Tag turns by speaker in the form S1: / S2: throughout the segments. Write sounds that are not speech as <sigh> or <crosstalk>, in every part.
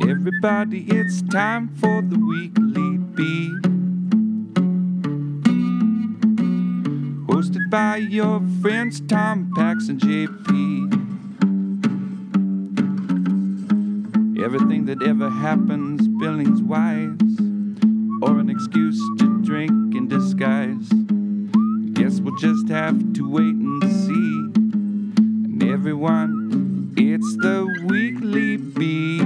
S1: everybody, it's time for the weekly beat. Hosted by your friends Tom, Pax, and JP. Everything that ever happens, Billings wise, or an excuse to drink in disguise. Guess we'll just have to wait and see. And everyone, it's the weekly beat.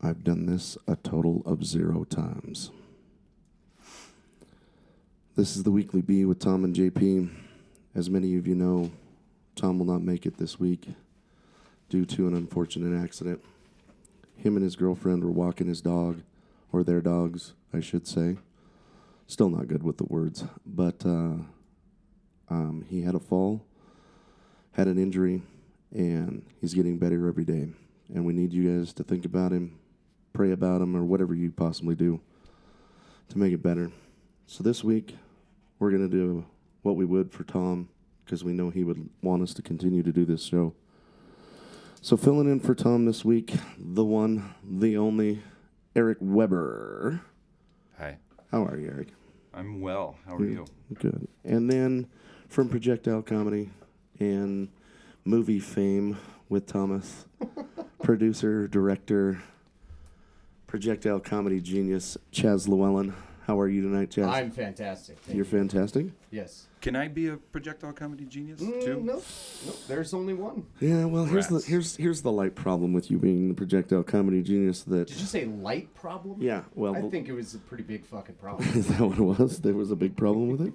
S2: I've done this a total of zero times. This is the Weekly B with Tom and JP. As many of you know, Tom will not make it this week due to an unfortunate accident. Him and his girlfriend were walking his dog, or their dogs, I should say. Still not good with the words, but uh, um, he had a fall, had an injury, and he's getting better every day. And we need you guys to think about him, pray about him, or whatever you possibly do to make it better. So this week, we're going to do what we would for Tom because we know he would want us to continue to do this show. So filling in for Tom this week, the one, the only, Eric Weber.
S3: Hi,
S2: How are you, Eric?
S3: I'm well. How are you?
S2: Good. And then from Projectile Comedy and movie fame with <laughs> Thomas, producer, director, Projectile Comedy genius, Chaz Llewellyn. How are you tonight, Chaz?
S4: I'm fantastic. Thank
S2: You're fantastic.
S4: you. Yes.
S3: Can I be a projectile comedy genius too?
S4: Mm, no, no, there's only one.
S2: Yeah, well, here's
S3: Rats.
S2: the here's here's the light problem with you being the projectile comedy genius. That
S4: Did you say light problem?
S2: yeah, well,
S4: I think it was a pretty big fucking <laughs> problem.
S2: <laughs> is that what it was? There was a big problem with it.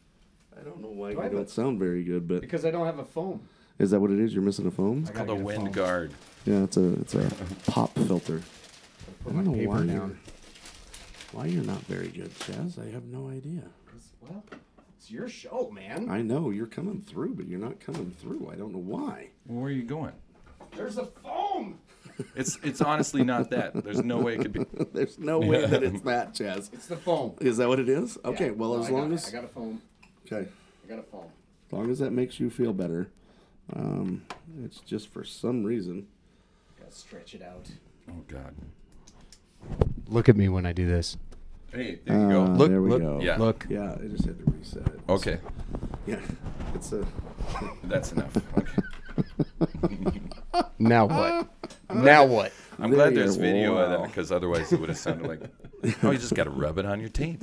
S2: <laughs> I don't know why
S4: I
S2: I
S4: have
S2: don't
S4: a-
S2: sound very good, but
S4: because I don't have a foam.
S2: is that what it is? You're missing a foam?
S4: I
S3: Called a
S4: gotta get
S3: wind
S4: phone.
S3: guard.
S2: Yeah, it's a it's a pop filter.
S4: Put
S2: I
S4: my
S2: don't know
S4: paper
S2: why
S4: down.
S2: You're, why you're not very good, Chaz? I have no idea.
S4: Well, it's your show, man.
S2: I know you're coming through, but you're not coming through. I don't know why. <laughs>
S3: Where are you going?
S4: There's a foam.
S3: It's it's honestly not that. There's no way it could be.
S2: There's no way that it's that, Chaz.
S4: It's the foam.
S2: Is that what it is? Okay.
S4: Yeah.
S2: Well,
S4: No,
S2: as
S4: I
S2: long
S4: got,
S2: as
S4: I got a foam.
S2: okay,
S4: I got a foam.
S2: as long as that makes you feel better. Um, it's just for some reason.
S4: Gotta stretch it out.
S3: Oh God.
S4: Look at me when I do this.
S3: Hey, there you go.
S2: Ah,
S3: Look.
S2: there we
S4: look,
S2: go.
S3: Yeah.
S4: Look.
S2: Yeah, I just had to reset it.
S3: Okay,
S2: Yeah, it's a.
S3: that's enough. Okay.
S4: Now what? <laughs> now what?
S3: I'm glad
S2: There,
S3: there's video of
S2: wow.
S3: that because otherwise it would have sounded like, oh, you just got to rub it on your teeth.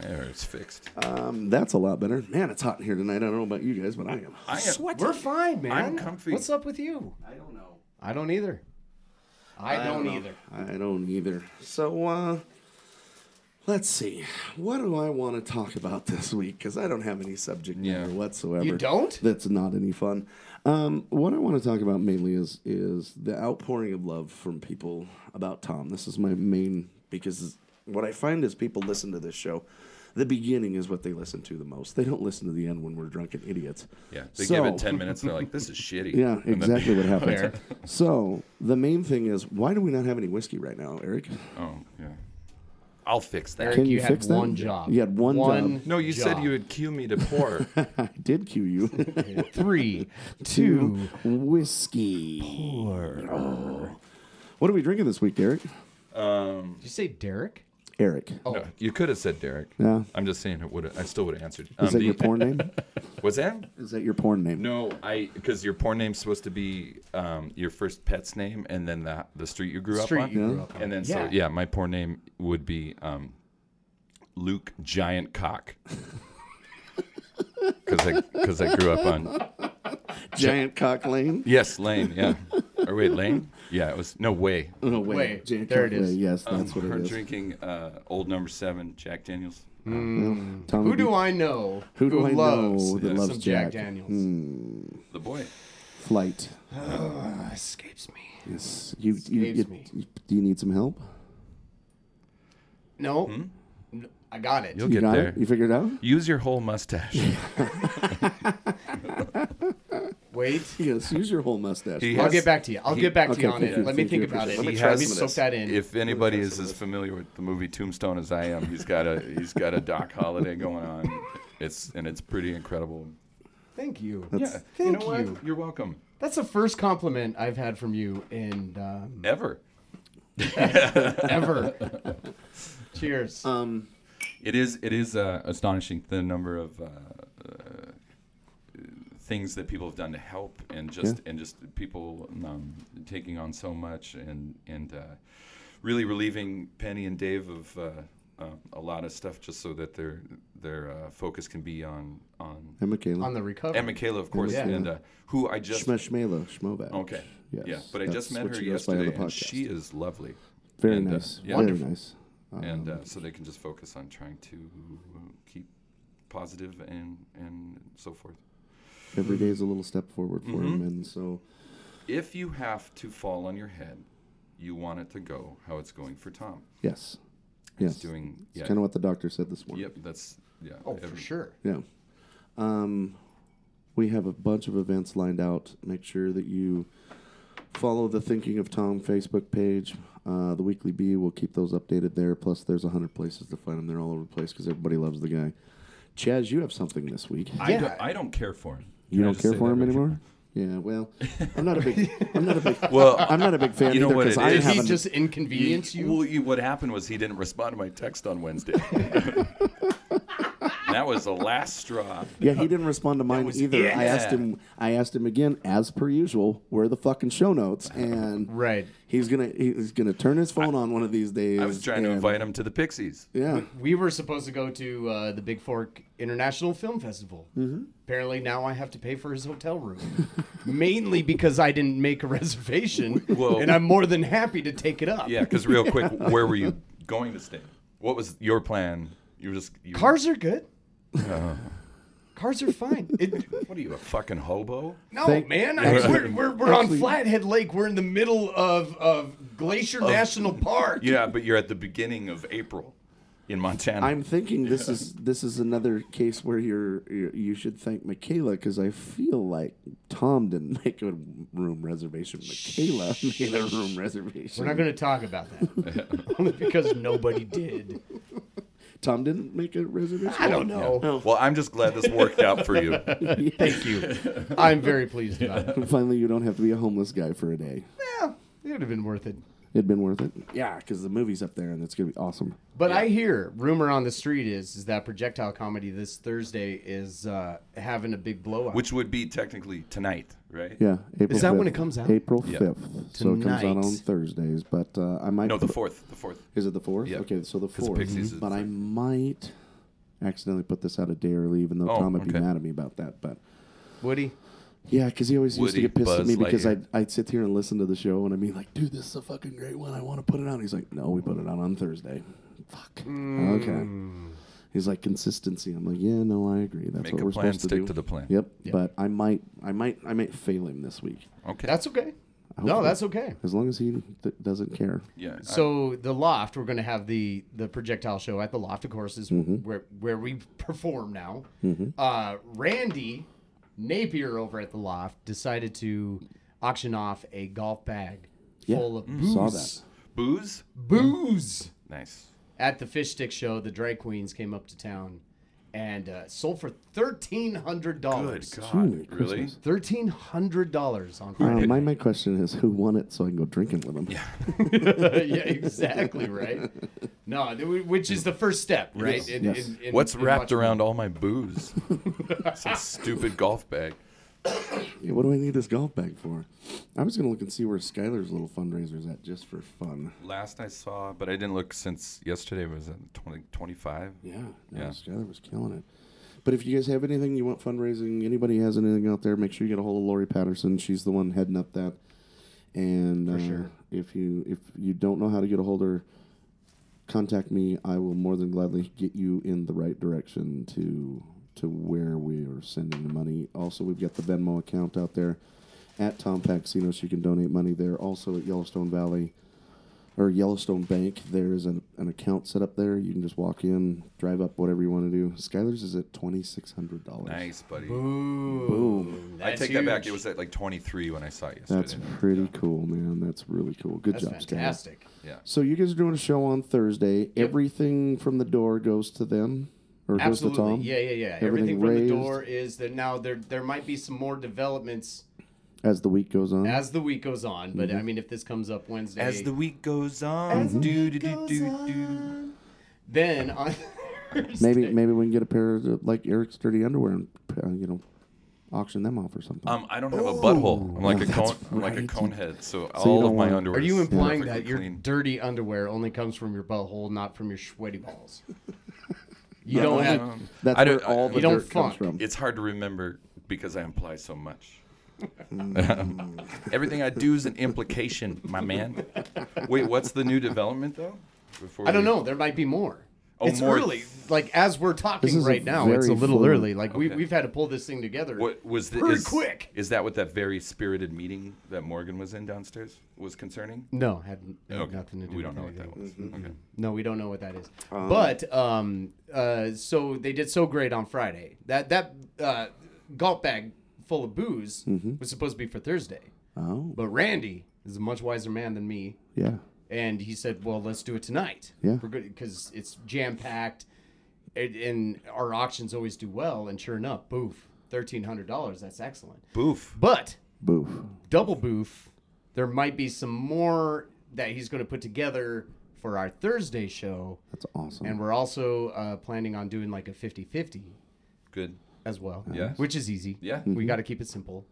S3: there, it's fixed.
S2: Um, that's a lot better. Man, it's hot in here tonight. I don't know about you guys, but I am.
S3: I am,
S4: We're fine, man.
S3: I'm comfy.
S4: What's up with you? I don't know. I don't either. I, don't,
S2: know.
S4: either.
S2: I don't either. So, uh, let's see. What do I want to talk about this week? Because I don't have any subject
S3: Yeah.
S2: matter whatsoever.
S4: You don't?
S2: That's not any fun. Um, what I want to talk about mainly is is the outpouring of love from people about Tom. This is my main because what I find is people listen to this show. The beginning is what they listen to the most. They don't listen to the end when we're drunken idiots.
S3: yeah, they
S2: So-
S3: give it 10 minutes and they're like, this is shitty.
S2: Yeah,
S3: And then-
S2: exactly what happens.
S4: Fair.
S2: So the main thing is, why do we not have any whiskey right now, Eric? <laughs>
S3: oh, yeah. I'll fix that.
S2: Can
S4: you
S2: you
S4: had
S2: fix that?
S4: one job.
S2: You had one job.
S3: No, you said
S4: job.
S3: you would cue me to pour.
S2: I did cue
S4: <laughs>
S2: you.
S4: three, <laughs> two.
S2: whiskey. Oh. What are we drinking this week, Derek?
S4: Did you say Derek?
S2: Eric.
S4: Oh.
S3: No, you could have said Derek.
S2: Yeah.
S3: I'm just saying it would. I still would have answered. Um,
S2: Is that
S3: the-
S2: your porn
S4: <laughs>
S2: name?
S3: Was that?
S2: Is that your porn name?
S3: No, I because your porn name's supposed to be um, your first pet's name and then the the street you grew
S4: Street
S3: up on.
S4: you grew up on.
S3: And then
S4: Yeah.
S3: so yeah, my porn name would be um, Luke Giant Cock. <laughs> Because I because I grew up on
S2: Giant Cock
S4: <laughs>
S2: Lane.
S3: yes Lane yeah or wait Lane yeah it was no way Um,
S2: No wait.
S4: Wait,
S2: Giant
S4: there
S2: Cock
S4: it is. Um,
S2: Lane. Yes, that's what
S3: her
S2: it is.
S3: drinking uh, old number seven Jack Daniels
S2: Tommy
S4: Who
S2: D-
S4: do I know
S2: Um, Who do I
S4: loves
S2: know that
S4: some
S2: loves Jack? Hmm.
S4: Jack, Daniels?
S3: the boy
S2: Flight.
S4: Ah, escapes me.
S2: Yes. You, you,
S4: Escapes
S2: you,
S4: me.
S2: you- do you need some help?
S4: No, No, I got it.
S3: Hmm? you'll
S2: You
S3: get
S2: got
S3: there
S4: <laughs>
S2: it? You figured it out?
S3: use your whole mustache
S4: Wait wait.
S2: Yes, use your whole mustache.
S3: He
S2: bro.
S4: I'll
S3: has-
S4: get back to you. I'll
S3: he-
S4: get back to
S2: okay,
S4: you on
S2: thank
S4: it.
S2: you,
S4: Let me
S2: thank
S4: think
S2: you,
S4: about it.
S2: appreciate
S3: Let me
S4: Let
S3: try
S4: me
S3: some of
S4: soak
S3: this.
S4: that in.
S3: If anybody is as familiar with the movie Tombstone as I am, he's got a he's got a Doc Holiday going on. It's and it's pretty incredible.
S4: Thank you.
S3: yeah, you
S4: Thank
S3: know what?
S4: you.
S3: You're welcome.
S4: That's the first compliment I've had from you in um,
S3: Ever.
S4: ever.
S2: <laughs>
S4: Cheers.
S2: Um,
S3: It is it is uh, astonishing the number of uh, uh, things that people have done to help and just and just people um, taking on so much and and uh, really relieving Penny and Dave of uh, uh, a lot of stuff just so that their their uh, focus can be on on
S2: and Michaela.
S4: on the recovery.
S3: and Michaela of course
S4: Yeah.
S3: and uh, who I just
S2: Shmeshmela Shmovak.
S3: okay
S2: Yes,
S3: yeah but I
S2: that's
S3: just met
S2: what
S3: her
S2: she goes by on the
S3: yesterday and
S2: podcast.
S3: she is lovely
S2: Very
S3: and, uh,
S2: nice.
S3: yeah.
S2: Very
S3: Wonderful.
S2: nice. Um,
S3: and uh, so they can just focus on trying to keep positive and and so forth.
S2: every day is a little step forward for him,
S3: Mm-hmm.
S2: and so
S3: If you have to fall on your head, you want it to go how it's going for Tom.
S2: yes,
S3: He's
S2: yes,
S3: doing
S2: it's
S3: yeah.
S2: kind of what the doctor said this morning.
S3: Yep, that's yeah.
S4: oh, for
S3: every-
S4: sure.
S2: Yeah. Um, we have a bunch of events lined out. Make sure that you follow the Thinking of Tom Facebook page. Uh, the Weekly Bee will keep those updated there. Plus, there's a hundred places to find them. They're all over the place because everybody loves the guy. Chaz, you have something this week.
S3: I,
S4: Yeah.
S3: don't, I don't care for him.
S2: You
S3: Can I
S2: don't
S3: just
S2: care
S3: say
S2: for
S3: that
S2: him
S3: right
S2: anymore. Yeah.
S3: <laughs>
S2: Well, I'm not a big. I'm not a big. <laughs>
S3: Well,
S2: I'm not a big fan
S3: you know
S2: either
S3: what
S2: because
S3: it
S2: I
S3: is?
S4: Did he
S2: haven't.
S4: just inconvenience you?
S3: Well, you, what happened was he didn't respond to my text on Wednesday. <laughs> that was the last straw.
S2: yeah, he didn't respond to mine
S3: was
S2: either.
S3: it.
S2: I asked him. I asked him again, as per usual. Where are the fucking show notes? And
S4: Right.
S2: He's gonna he's gonna turn his phone on one of these days.
S3: I was trying to
S2: and-
S3: invite him to the Pixies.
S2: Yeah,
S4: We were supposed to go to uh, the Big Fork International Film Festival. Apparently now I have to pay for his hotel room, <laughs> mainly because I didn't make
S3: <laughs>
S4: a reservation,
S3: Whoa.
S4: and I'm more than happy to take it up.
S3: Yeah, because real quick, where were you going to stay? What was your plan? You were just you were-
S4: Cars are good.
S3: Uh-huh.
S4: Cars
S3: <laughs>
S4: are fine. It,
S3: What are you, a fucking hobo?
S4: no,
S2: Thank-
S4: man, I-
S2: actually-
S4: we're, we're, we're
S2: actually-
S4: on Flathead Lake. We're in the middle of, of Glacier National Park.
S3: Yeah, but you're at the beginning of April in Montana.
S2: I'm thinking this is this is another case where you're, you you should thank Michaela because I feel like Tom didn't <laughs> make a room reservation. Michaela made a room reservation.
S4: We're not going to talk about that
S3: <laughs>
S4: only because nobody did.
S2: Tom didn't make a reservation.
S4: I don't know.
S3: well, I'm just glad this worked out for you. <laughs>
S4: Thank you. I'm very pleased about it.
S2: Finally, you don't have to be a homeless guy for a day.
S4: Yeah, it would have been worth it.
S2: It'd been worth it. Yeah, because the movie's up there and it's gonna be awesome.
S4: But I hear rumor on the street is is that projectile comedy this Thursday is uh, having a big blowout.
S3: Which would be technically tonight, right?
S2: Yeah, April
S4: that when
S2: 5th.
S4: it comes out?
S2: April
S3: Yeah.
S2: fifth. So it comes out
S4: Tonight.
S2: on Thursdays, but uh, I might
S3: No, the fourth. The fourth.
S2: Is it the fourth?
S3: Yeah.
S2: Okay, so the
S3: 'Cause
S2: fourth.
S3: Pixies is
S2: but
S3: the
S2: I
S3: third.
S2: might accidentally put this out a day early, even though
S3: Oh,
S2: Tom would be
S3: okay.
S2: mad at me about that. But
S4: Woody,
S2: yeah, because he always used
S3: Woody
S2: to get pissed at
S3: Buzz
S2: me because
S3: Lightyear.
S2: I'd, I'd sit here and listen to the show and I'd be like, dude, this is a fucking great one. I want to put it out. He's like, no, we put it out on Thursday. Fuck. Okay. He's like consistency. I'm like, yeah, no, I agree. That's
S3: Mm. Make
S2: what
S3: a
S2: we're
S3: plan,
S2: supposed to
S3: stick
S2: do.
S3: to the plan.
S2: Yep.
S4: Yeah.
S2: But I might, I might, I might fail him this week,
S3: Okay.
S4: that's okay. No,
S2: Hopefully.
S4: that's okay.
S2: as long as he th- doesn't care.
S3: yeah. I-
S4: So the loft, we're going to have the the projectile show at the loft, of course, is where where we perform now. Uh, Randy Napier over at the loft decided to auction off a golf bag
S2: Yeah,
S4: full of booze,
S2: Mm, saw that.
S3: booze.
S4: booze.
S3: Nice.
S4: at the fish stick show, the drag queens came up to town and uh, sold for thirteen hundred
S3: Good
S4: dollars.
S3: God.
S2: Holy
S3: really?
S2: Christmas.
S4: Thirteen hundred dollars on
S2: Uh,
S4: Friday.
S2: my my question is, who won it so I can go drinking with him? Yeah.
S4: <laughs> yeah, exactly right. No, th- wh- which is the first step, right?
S2: Yes, yes.
S4: in-
S3: What's
S4: in
S3: wrapped
S4: watching-
S3: around all my booze? Some stupid
S4: <laughs>
S3: golf bag.
S2: Yeah, what do I need this golf bag for? I was gonna look and see where Skylar's little fundraiser is at just for fun.
S3: Last I saw, but I didn't look since yesterday. Was it 20, 25?
S2: Yeah, no,
S3: Yeah.
S2: Skylar was killing it. But if you guys have anything you want fundraising, anybody has anything out there, make sure you get a hold of Lori Patterson. She's the one heading up that. And uh,
S4: sure.
S2: if you if you don't know how to get a hold of her, contact me. I will more than gladly get you in the right direction to to where we are sending the money. Also, we've got the Venmo account out there at Tom Paxinos. You can donate money there. Also at Yellowstone Valley or Yellowstone Bank, there is an, an account set up there. You can just walk in, drive up, whatever you want to do. Skylar's is at twenty six hundred dollars.
S3: Nice, buddy.
S4: Boom!
S3: I
S4: That's
S3: take that back.
S4: huge.
S3: It was at like 23 when I saw you.
S2: That's pretty cool, man. That's really cool. Good
S4: That's
S2: job, Scott.
S4: fantastic.
S3: Yeah.
S2: So you guys are doing a show on Thursday. Everything from the door goes to them or
S4: Absolutely.
S2: goes to Tom.
S4: Yeah, yeah, yeah.
S2: Everything
S4: Everything, from
S2: raised.
S4: the door is that now there there might be some more developments
S2: As the week goes on.
S4: as the week goes on, but
S2: Mm-hmm.
S4: I mean if this comes up Wednesday
S3: As the week goes on, do do do do do.
S4: then on <laughs>
S2: maybe
S4: Thursday-
S2: maybe we can get a pair of the- like Eric's dirty underwear and uh, you know auction them off or something.
S3: Um, I don't have a butthole. I'm like a
S2: that's
S3: cone. I'm like a
S2: right.
S3: cone head. So,
S2: you
S3: all of
S2: don't
S3: my
S2: want-
S3: underwear.
S4: Are you
S3: is
S4: implying that
S3: perfectly
S4: your
S3: clean.
S4: dirty underwear only comes from your butthole, not from your sweaty
S3: <laughs>
S4: balls? You don't have
S3: Um,
S2: That's
S3: I
S2: where
S3: don't- I-
S2: all the
S4: You don't
S2: dirt comes
S4: fuck.
S2: from.
S3: It's hard to remember because I imply so much.
S2: Mm.
S3: <laughs> Everything I do is an implication, my man. Wait, what's the new development though? Before
S4: I don't
S3: we-
S4: know. There might be more.
S3: Oh,
S4: it's
S3: more.
S4: early. Like as we're talking
S2: is a
S4: right now, it's a
S2: very
S4: little
S2: full-
S4: early. Like we,
S3: Okay.
S4: we've had to pull this thing together.
S3: What was the,
S4: Pretty
S3: is,
S4: quick.
S3: Is that what that very spirited meeting that Morgan was in downstairs was concerning?
S4: No, had, had
S3: Okay.
S4: nothing to do.
S3: we
S4: with
S3: don't know what
S4: anything. Mm-hmm.
S3: that was. Okay.
S4: No, we don't know what that is.
S2: Oh.
S4: but um, uh, so they did so great on Friday. That that uh, golf bag full of booze
S2: Mm-hmm.
S4: was supposed to be for Thursday,
S2: Oh
S4: but Randy is a much wiser man than me,
S2: yeah.
S4: and he said, "Well, let's do it tonight.
S2: Yeah.
S4: we're good because it's jam packed, and, and our auctions always do well. And sure enough, boof, thirteen hundred dollars. That's excellent.
S3: Boof.
S4: But
S2: Boof.
S4: double boof. There might be some more that he's going to put together for our Thursday show,
S2: That's awesome.
S4: and we're also uh, planning on doing like a 50-50
S3: Good.
S4: as well.
S3: Yes.
S4: which is easy.
S3: Yeah.
S4: we got to keep it simple.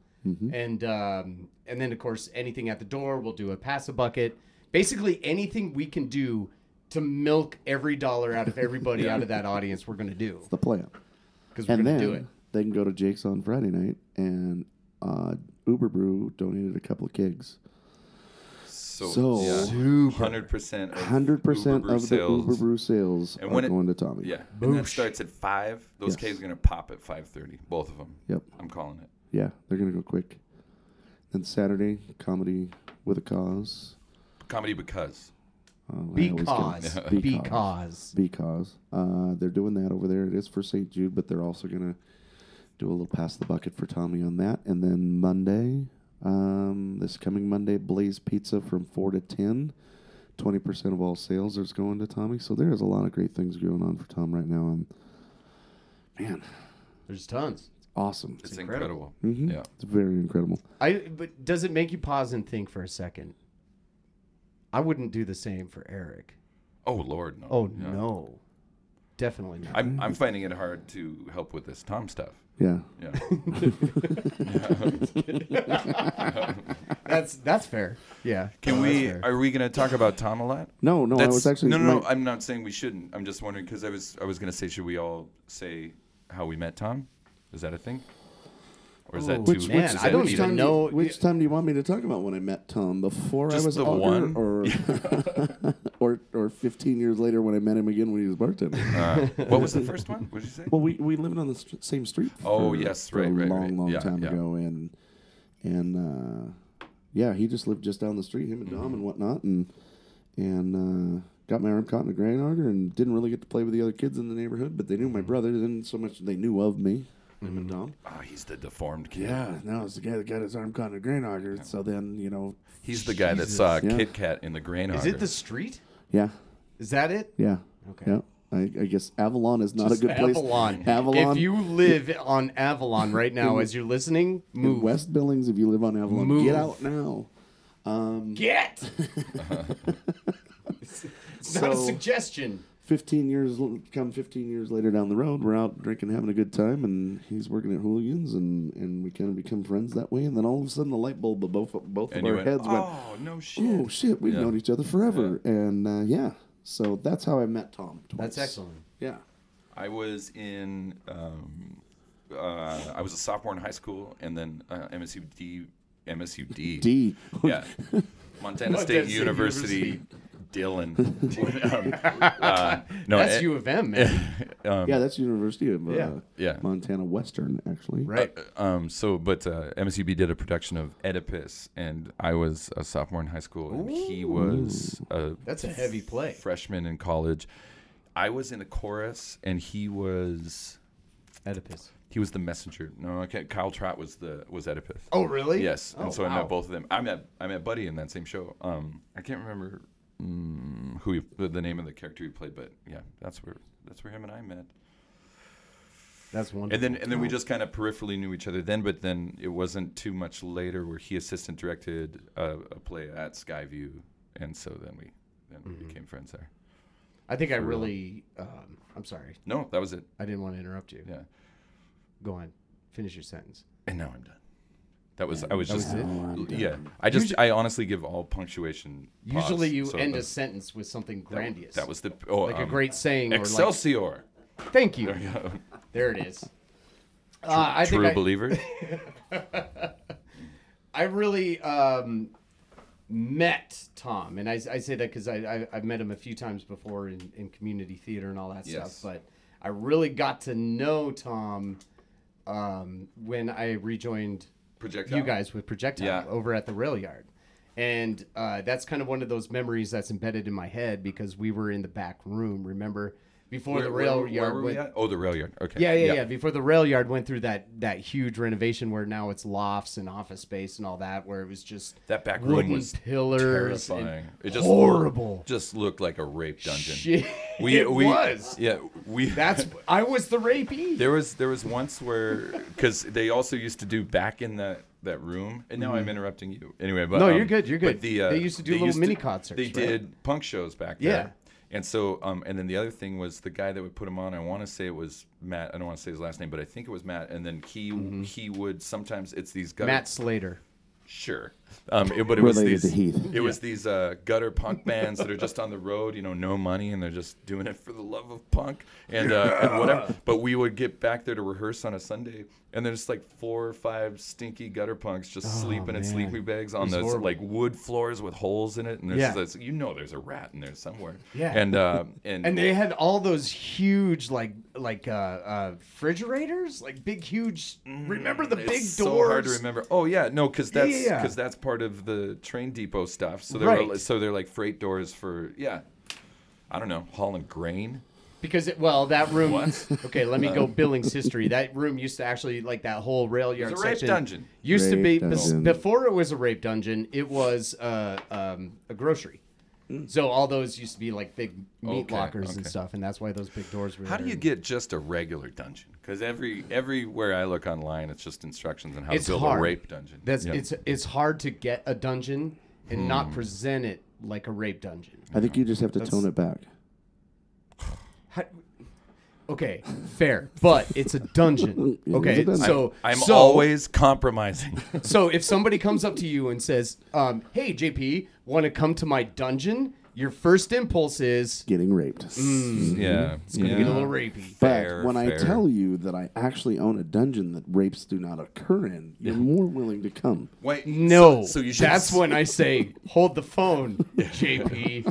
S4: And um, and then of course anything at the door, we'll do a pass a bucket. Basically anything we can do to milk every dollar out
S3: <laughs>
S4: of everybody out of that audience, we're going to do
S2: the plan.
S4: because we're
S2: And
S4: going
S2: then
S4: to do it.
S2: they can go to Jake's on Friday night and uh, Uber Brew donated a couple of kegs.
S3: So, <laughs>
S2: So-
S3: hundred percent.
S2: Hundred percent of the Uber Brew sales
S3: And
S2: are
S3: when it-
S2: going to Tommy.
S3: Yeah, and that starts at five. Those
S2: Yes.
S3: kegs are gonna pop at five thirty. Both of them.
S2: Yep.
S3: I'm calling it.
S2: Yeah, they're gonna go quick. Then Saturday, comedy with a cause.
S3: Comedy because
S2: Uh, I always get- <laughs>
S4: Because because
S2: because uh, they're doing that over there. It is for St. Jude, but they're also gonna do a little pass the bucket for Tommy on that. And then Monday, um, this coming Monday, Blaze Pizza from four to ten. Twenty percent of all sales is going to Tommy. So there is a lot of great things going on for Tom right now. And man,
S4: there's tons.
S2: awesome.
S3: it's,
S2: It's
S3: incredible. Yeah.
S2: very incredible.
S4: I but does it make you pause and think for a second? I wouldn't do the same for Eric.
S3: Oh Lord, no.
S4: Oh
S3: Yeah.
S4: no, definitely not.
S3: I'm I'm finding it hard to help with this Tom stuff.
S2: Yeah.
S3: Yeah.
S4: That's that's fair. Yeah.
S3: Can
S4: No,
S3: we?
S4: that's fair.
S3: Are we gonna talk about Tom a lot?
S2: No, no, I
S3: That's-
S2: was actually
S3: no, no, no.
S2: my-
S3: I'm not saying we shouldn't. I'm just wondering because I was I was gonna say should we all say how we met Tom? Is that a thing? Or is that
S4: Oh,
S3: too?
S4: Which-
S3: is
S4: man,
S3: that
S4: I don't
S3: too-
S2: Which
S4: even
S2: time do you-
S4: know-
S2: Which time do you want me to talk about when I met Tom? Before I
S3: Just
S2: was
S3: the
S2: auger
S3: one?
S2: or
S3: <laughs>
S2: or <laughs> or 15 years later when I met him again when he was bartending.
S3: Uh, what was the first one? What did you say?
S2: well, we, we lived on the st- same street.
S3: Oh,
S2: for-
S3: yes,
S2: for
S3: right,
S2: a
S3: right,
S2: long,
S3: right.
S2: long
S3: Yeah,
S2: time
S3: yeah.
S2: ago, and and uh, yeah, he just lived just down the street, him and Dom
S3: Mm-hmm.
S2: and whatnot, and and uh, got my arm caught in a grain auger and didn't really get to play with the other kids in the neighborhood, but they knew my
S3: Mm-hmm.
S2: brother. They didn't so much they knew of me, him and Dom.
S3: Oh, he's the deformed kid.
S2: Yeah, no, it's the guy that got his arm caught in a grain auger. So then, you know,
S3: He's the guy that saw a
S2: yeah.
S3: Kit Kat in the grain
S4: Is
S3: auger.
S4: it the street?
S2: yeah,
S4: Is that it?
S2: yeah,
S4: Okay.
S2: yeah. I, I guess Avalon is not
S4: Just
S2: a good place.
S4: Avalon.
S2: Avalon.
S4: If you live on Avalon right now, as you're listening,
S2: in
S4: move.
S2: West Billings, if you live on Avalon,
S4: Move.
S2: get out now.
S3: <laughs>
S4: Get. it's not a
S2: So-
S4: suggestion.
S2: Fifteen years, l- come fifteen years later down the road, we're out drinking, having a good time, and he's working at Hooligans, and and we kind of become friends that way. And then all of a sudden, the light bulb of both both
S3: And
S2: of
S3: you
S2: our
S3: went,
S2: heads went.
S3: oh no shit.
S2: Oh shit, we've
S3: Yeah.
S2: known each other forever, and uh, yeah. So that's how I met Tom. Twice.
S4: That's excellent.
S2: Yeah.
S3: I was in. Um, uh, I was a sophomore in high school, and then uh, MSUD, MSUD,
S2: D.
S3: yeah, Montana State
S4: State
S3: University, Dillon. um, uh, no,
S4: That's
S3: eh,
S4: U of M, man.
S3: <laughs> um,
S2: Yeah, that's University of uh,
S4: Yeah.
S3: Yeah.
S2: Montana Western, actually.
S4: Right.
S3: um, so, but uh, MSUB did a production of Oedipus, and I was a sophomore in high school, and he was a
S4: That's a heavy play.
S3: freshman in college. I was in the chorus, and he was
S4: Oedipus.
S3: He was the messenger. No, okay. Kyle Trot was the was Oedipus.
S4: Oh, really?
S3: Yes, and
S4: Oh,
S3: so I
S4: wow.
S3: met both of them. I met I met Buddy in that same show. Um, I can't remember mm, who he, the, the name of the character he played, but yeah, that's where that's where him and I met.
S4: That's wonderful.
S3: And then and then we just kind of peripherally knew each other then, but then it wasn't too much later where he assistant directed a, a play at Skyview, and so then we then we
S4: Mm-hmm.
S3: became friends there.
S4: I think I really. Um, I'm sorry.
S3: No, that was it.
S4: I didn't want to interrupt you.
S3: Yeah,
S4: Go on. Finish your sentence.
S3: and now I'm done. That was I was
S4: was
S3: just
S4: it?
S3: yeah. I just I honestly give all punctuation. pause,
S4: Usually you
S3: so
S4: end
S3: that-
S4: a sentence with something grandiose.
S3: That was the oh,
S4: like a
S3: um,
S4: great saying
S3: Excelsior.
S4: or like thank you.
S3: <laughs> Yeah.
S4: There it is. Uh, I
S3: True
S4: think I- <laughs>
S3: believer.
S4: I really um, met Tom, and I, I say that because I, I I've met him a few times before in, in community theater and all that
S3: Yes.
S4: stuff. But I really got to know Tom um, when I rejoined
S3: Projectile?
S4: you guys with Projectile
S3: Yeah.
S4: over at the rail yard, and uh, that's kind of one of those memories that's embedded in my head because we were in the back room. Remember before the rail
S3: where
S4: yard
S3: were we
S4: went-
S3: at? Oh, the rail yard. Okay.
S4: yeah, yeah, yeah, Before the rail yard went through that that huge renovation where now it's lofts and office space and all that, where it was just
S3: That back room
S4: wooden
S3: was
S4: pillars, and
S3: terrifying. It just
S4: horrible.
S3: Just looked like a rape dungeon.
S4: Shit,
S3: We
S4: it
S3: we
S4: was.
S3: yeah we <laughs>
S4: That's I was the rapee.
S3: there was there was once where because they also used to do back in that that room and now I'm interrupting you anyway but
S4: No,
S3: um,
S4: you're good, you're
S3: but
S4: good. They used to do little mini concerts,
S3: they
S4: right?
S3: did punk shows back
S4: Yeah.
S3: there and so um and then the other thing was the guy that would put him on I want to say it was Matt I don't want to say his last name but I think it was Matt and then he he would sometimes it's these guys
S4: Mm-hmm. Matt Slater.
S3: Sure. Um, it, but it was
S5: Related
S3: these,
S5: to Heath.
S3: it was these uh, gutter punk bands that are just on the road, you know, no money, and they're just doing it for the love of punk and, uh, and
S4: <laughs>
S3: whatever. But we would get back there to rehearse on a Sunday, and there's just like four or five stinky gutter punks just sleeping in
S4: Oh, man.
S3: sleeping bags on
S4: It's
S3: those
S4: horrible.
S3: like wood floors with holes in it, and there's
S4: Yeah.
S3: this, you know there's a rat in there somewhere.
S4: Yeah.
S3: And uh, and,
S4: And they had all those huge, like, like uh, uh, refrigerators, like big, huge. Remember the
S3: Mm, it's
S4: big
S3: so
S4: doors?
S3: hard to remember. Oh yeah, no, because
S4: Yeah,
S3: that's because
S4: yeah, yeah.
S3: that's part of the train depot stuff. So they're
S4: Right.
S3: so they're like freight doors for yeah, I don't know, hauling grain.
S4: Because it, well, that room.
S3: What?
S4: <laughs> Okay, let me go Billings history. That room used to actually like that whole rail yard
S3: a rape
S4: section.
S3: dungeon.
S4: Used to
S5: Rape
S4: be
S5: dungeon.
S4: bes- before it was a rape dungeon. It was uh, um, a grocery. So all those used to be like big meat
S3: Mm. Okay,
S4: lockers and
S3: okay.
S4: stuff, and that's why those big doors were.
S3: How do
S4: there.
S3: you get just a regular dungeon? Because every everywhere I look online, it's just instructions on how
S4: It's
S3: to build
S4: hard.
S3: a rape dungeon.
S4: That's
S3: Yeah.
S4: it's it's hard to get a dungeon and
S3: Hmm.
S4: not present it like a rape dungeon.
S5: I think you just have to tone it back.
S4: How, okay, fair, but it's a dungeon.
S5: Yeah, <laughs>
S4: Okay,
S5: it's a dungeon.
S4: so
S3: I'm
S4: so,
S3: always
S4: <laughs>
S3: compromising.
S4: So if somebody comes up to you and says, um, "Hey, JP, want to come to my dungeon?" Your first impulse is
S5: Getting raped.
S3: yeah, it's
S4: "Gonna get a little rapey.
S5: But
S3: Mm, fair,
S5: when I
S3: fair.
S5: tell you that I actually own a dungeon that rapes do not occur in, you're more willing to come.
S3: Wait,
S4: No,
S3: So, so you should.
S4: that's when I say, "Hold the phone,
S3: <laughs>
S4: JP.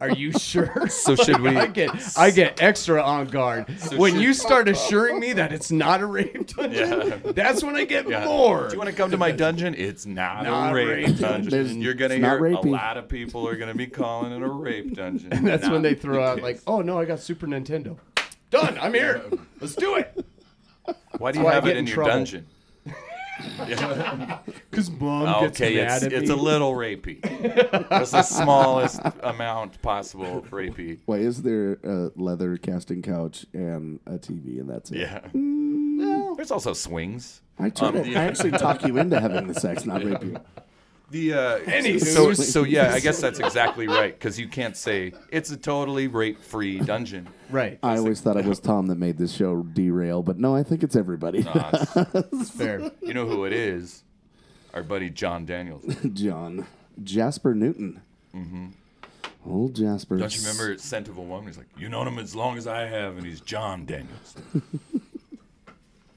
S4: Are you sure?"
S3: So should we?
S4: <laughs> I get I get extra on guard when
S3: should-
S4: you
S3: <laughs>
S4: start assuring me that it's not a rape dungeon.
S3: Yeah.
S4: That's when I get
S3: Yeah.
S4: more.
S3: Do you want to come to my dungeon? It's not,
S4: Not
S3: a rape,
S4: rape
S3: dungeon.
S5: There's-
S3: You're gonna
S5: it's not
S3: hear a
S5: rapey.
S3: lot of people are gonna be calling it a rape dungeon.
S4: <laughs> And <laughs> that's when
S3: Not
S4: they throw
S3: the
S4: out
S3: case.
S4: like, "Oh no, I got Super Nintendo. Done. I'm here. Let's do it."
S3: why do you
S4: why I
S3: have
S4: get
S3: it
S4: in
S3: in your
S4: trouble. <laughs>
S3: dungeon?
S4: Because mom gets
S3: Oh, okay,
S4: mad
S3: it's,
S4: at
S3: it's
S4: me.
S3: a little rapey. It's the smallest amount possible of rapey.
S5: Why is there a leather casting couch and a TV and that's it?
S3: Yeah.
S4: Mm.
S3: There's also swings.
S5: I, try
S3: Um,
S5: to,
S3: yeah.
S5: I actually talk you into having the sex,
S3: <laughs>
S5: not rape you.
S3: The
S4: <laughs>
S3: uh,
S4: Anywho.
S3: so so yeah, I guess that's exactly right because you can't say it's a totally rape-free dungeon.
S4: Right.
S5: I always thought it was Tom that made this show derail, but no, I think it's everybody.
S4: Fair.
S3: You know who it is? Our buddy John Daniels.
S5: <laughs> John Jasper Newton. Mm-hmm. Old Jasper.
S3: Don't you remember Scent of a Woman? He's like, you known him as long as I have, and he's John Daniels.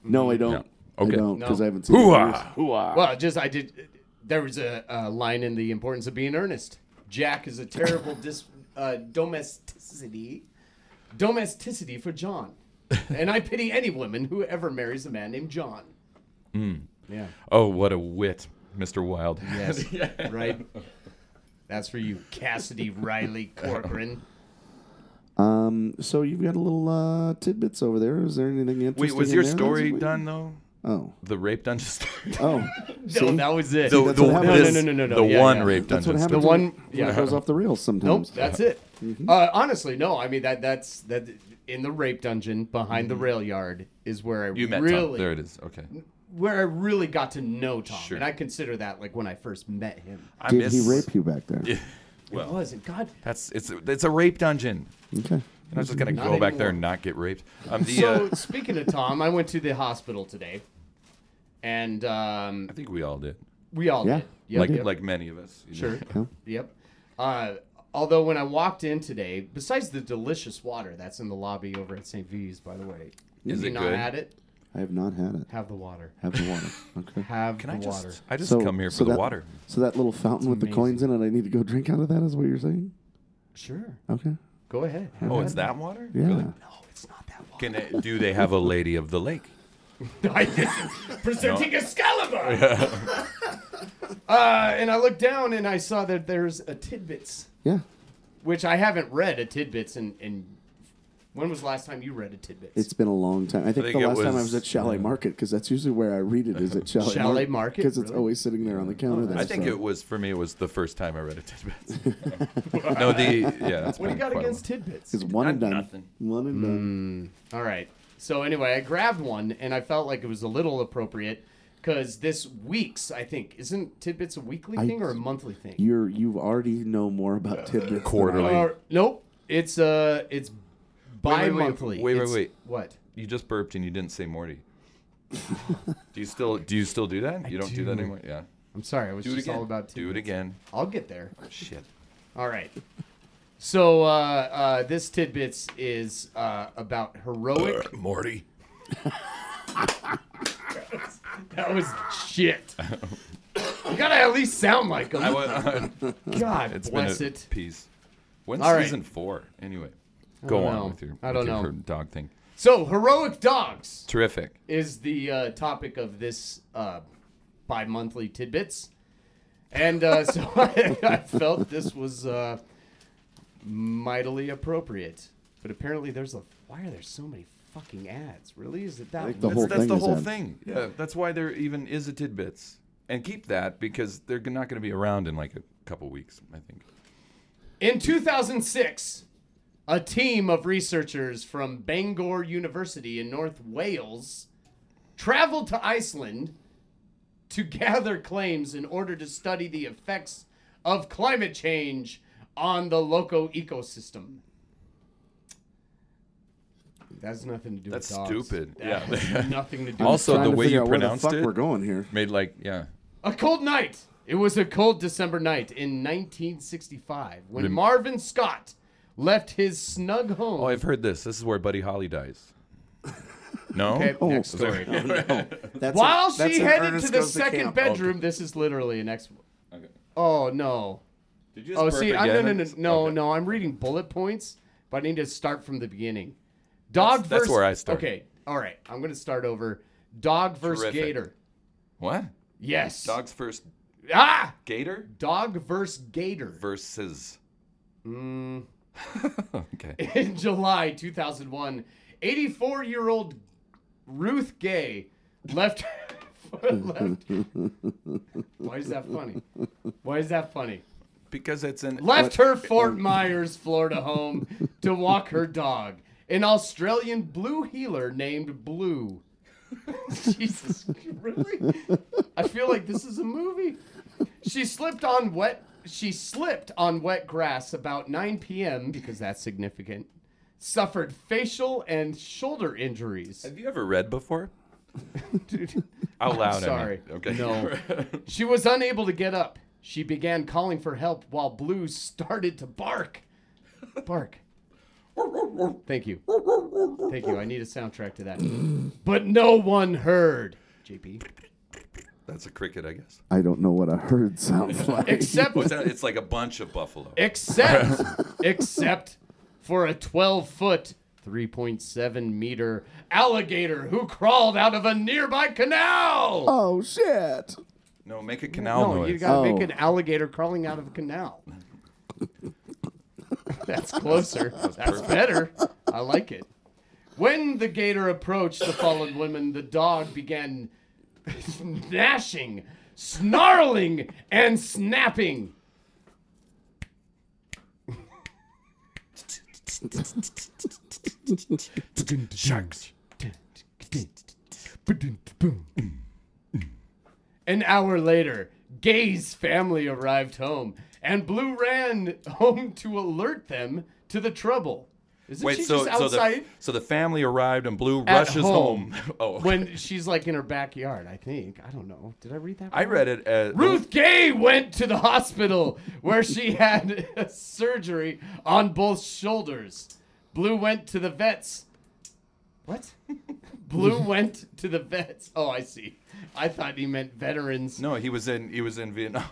S5: No, I don't.
S3: Okay.
S5: I don't because
S4: No.
S5: I haven't seen. it in years.
S3: Hoo-ah! Hoo-ah!
S4: Well, just I did. There was a, a line in The Importance of Being Earnest. Jack is a terrible dis, uh, domesticity, domesticity
S5: <laughs>
S4: for John, and I pity any woman who ever marries a man named John.
S5: Hmm. <laughs>
S4: Yeah.
S3: Oh, what a wit, Mr. Wild.
S4: Yes. Right. That's for you, Cassidy Riley Corcoran.
S5: Um, so you've got a little uh, tidbits over there. Is there anything interesting?
S3: Wait, was
S5: in
S3: your
S5: there?
S3: story
S5: That's-
S3: done though?
S5: Oh,
S3: The rape dungeon <laughs> story.
S5: oh,
S4: No, that was it.
S5: that's what happened.
S3: this-
S5: No,
S4: no, no, no, no.
S3: The
S4: Yeah,
S3: one
S4: yeah.
S3: rape
S5: that's what
S3: dungeon
S5: happens.
S3: story.
S4: The one-
S5: when
S4: yeah.
S5: it goes off the rails
S4: Nope,
S5: sometimes.
S4: that's it.
S3: Mm-hmm.
S4: Uh, honestly, no. I mean that that's that in the rape dungeon behind
S3: Mm-hmm.
S4: the rail yard is where I
S3: You met
S4: really
S3: Tom. There it is. Okay.
S4: where I really got to know Tom,
S3: Sure.
S4: and I consider that like when I first met him.
S3: I
S5: Did
S3: miss-
S5: he rape you back there?
S4: it
S3: Well,
S4: wasn't God.
S3: that's it's it's a rape dungeon.
S5: Okay.
S3: You're not just gonna
S4: Not
S3: go back there
S4: anymore.
S3: and not get raped. Um, the,
S4: So
S3: uh, <laughs>
S4: speaking of Tom, I went to the hospital today, and um,
S3: I think we all did.
S4: we all
S5: Yeah,
S4: did. Yep,
S3: like
S4: yep,
S3: like many of us. you know.
S4: sure.
S5: Yeah.
S4: Yep. Uh, although when I walked in today, besides the delicious water that's in the lobby over at St. V's, by the way,
S3: Is
S4: if
S3: it
S4: you not
S3: good?
S4: had it,
S5: I have not had it.
S4: have the water.
S5: Have the water.
S4: <laughs>
S5: Okay.
S4: Have
S3: Can
S4: the
S3: I just
S4: water.
S3: I just come here for the
S5: that,
S3: water.
S5: So that little fountain with the coins in it, I need to go drink out of that. Is what you're saying?
S4: Sure.
S5: Okay. <laughs>
S4: Go ahead.
S3: Oh, it's that water?
S5: Yeah.
S3: Really?
S4: No, it's not that water.
S3: Can it, do they have a lady of the lake?
S4: <laughs> presenting Excalibur. <laughs> uh, and I looked down and I saw that there's a tidbits,
S5: Yeah.
S4: which I haven't read a tidbits in. in when was the last time you read a tidbits?
S5: It's been a long time. I think,
S3: think
S5: the
S3: it
S5: last time I
S3: was-
S5: was at Chalet Market because that's usually where I read it.
S3: <laughs>
S5: Is at Chalet,
S4: Chalet Market,
S5: because it's
S4: really? Oh,
S5: always sitting there on the counter. there,
S3: I think
S5: so-
S3: it was for me. It was the first time I read a tidbit. <laughs>
S4: <laughs>
S3: no, the yeah. that's
S4: what do
S3: been
S4: you got
S3: quite a
S4: against
S3: while.
S4: tidbits?
S5: It's one and
S3: Not
S5: done.
S3: nothing.
S5: One and done.
S3: Mm.
S4: All right. So anyway, I grabbed one and I felt like it was a little appropriate because this week's, I think, isn't tidbits a weekly
S5: I-
S4: thing or a monthly thing?
S5: You're you already know more about tidbits. than I
S3: Quarterly.
S5: do.
S4: Uh, nope. It's uh, it's
S3: wait, wait.
S4: bi-monthly.
S3: Wait, wait,
S4: It's-
S3: wait.
S4: What?
S3: You just burped and you didn't say Morty. do you still do you still do that? You don't do.
S4: do.
S3: that anymore. Yeah.
S4: I'm sorry. I was
S3: Do it
S4: just
S3: again.
S4: all about tidbits.
S3: do it again.
S4: I'll get there.
S3: Shit.
S4: All right. So uh, uh, this tidbits is uh, about heroic.
S3: Morty.
S4: that was shit. you gotta at least sound like him.
S3: I was,
S4: God
S3: <laughs> it's
S4: bless
S3: been a
S4: it.
S3: piece. When's
S4: All right.
S3: season four? Anyway, go
S4: don't
S3: on
S4: know.
S3: with your,
S4: I
S3: with
S4: don't
S3: your
S4: know.
S3: her dog thing.
S4: So heroic dogs
S3: Terrific.
S4: is the uh, topic of this uh, bi-monthly tidbits, and uh, so <laughs> I, I felt this was uh, mightily appropriate. But apparently, there's a why are there so many fucking ads? Really, is it that?
S5: think the
S4: long?
S5: whole
S3: that's
S5: thing
S3: the
S5: is
S3: whole
S5: in.
S3: thing. Yeah, that's why there even is a tidbits, and keep that because they're g- not going to be around in like a couple weeks. I think.
S4: In 2006, a team of researchers from Bangor University in North Wales traveled to Iceland to <laughs> gather claims in order to study the effects of climate change on the local ecosystem. That's nothing to do
S3: That's
S4: with dogs.
S3: stupid.
S4: That
S3: Yeah.
S4: has nothing
S3: <laughs>
S4: to do with
S3: Also,
S5: Trying
S3: the
S5: to
S3: way
S5: figure
S3: you
S5: out where the
S3: pronounced
S5: fuck
S3: it
S5: We're going here.
S3: made like yeah.
S4: A cold night. It was a cold December night in 1965 when Marvin Scott left his snug home.
S3: Oh, I've heard this. This is where Buddy Holly dies. <laughs> No.
S4: okay, next
S5: oh,
S3: <laughs>
S4: story.
S5: That's
S4: While
S5: a- that's
S4: she
S5: an
S4: headed
S5: Ernest
S4: to the
S5: Goes
S4: second
S5: Camp.
S4: bedroom, this is literally an ex.
S3: Okay.
S4: Oh no!
S3: Did you just
S4: Oh,
S3: burp
S4: see, I'm, no,
S3: again?
S4: no, no, no,
S3: Okay.
S4: no. I'm reading bullet points, but I need to start from the beginning. Dog
S3: That's- that's
S4: versus.
S3: where I start.
S4: Okay, all right. I'm gonna start over. Dog versus
S3: Terrific.
S4: gator.
S3: What?
S4: Yes.
S3: Dog's first
S4: Ah.
S3: gator
S4: Dog versus gator.
S3: versus.
S4: Mm.
S3: <laughs> okay.
S4: In <laughs> July 2001, 84-year-old Ruth Gay left. <laughs> left. Why is that funny? Why is that funny?
S3: Because it's an
S4: left her Fort Myers, Florida home to walk her dog, an Australian blue heeler named Blue. <laughs> Jesus, really? I feel like this is a movie. She slipped on wet. She slipped on wet grass about 9 p.m. because that's significant. Suffered facial and shoulder
S3: <laughs>
S4: injuries.
S3: Have you ever read before?
S4: Dude.
S3: Out loud. I mean.
S4: sorry.
S3: Okay.
S4: No. She was unable to get up. She began calling for help while Blue started to bark. Bark. Thank you. Thank you. I need a soundtrack to that. But no one heard. JP.
S3: <laughs> That's a cricket, I guess.
S5: I don't know what a herd sounds like.
S4: Except
S3: What's that? It's like a bunch of buffalo.
S4: except except for a 12 foot 3.7 meter alligator who crawled out of a nearby canal.
S5: oh shit!
S3: No, make a canal
S4: no,
S3: noise.
S4: you gotta
S5: Oh.
S4: make an alligator crawling out of a canal. That's closer. That's, better. I like it. When the gator approached the fallen women, the dog began gnashing, snarling, and snapping. Sharks. An hour later, Gay's family arrived home, and Blue ran home to alert them to the trouble. Isn't
S3: Oh. Wait,
S4: she
S3: so
S4: just
S3: so the
S4: outside
S3: so the family arrived and Blue
S4: at
S3: rushes home. <laughs> Oh,
S4: when she's like in her backyard? I think I don't know. Did I read that?
S3: I
S4: wrong?
S3: read it as
S4: Ruth Gay went to the hospital <laughs> where she had <laughs> surgery on both shoulders. Blue went to the vets. What? <laughs>
S3: <laughs>
S4: Blue went to the vets. Oh, I see. I thought he meant veterans.
S3: No, he was in he was in
S4: <laughs>
S3: Vietnam.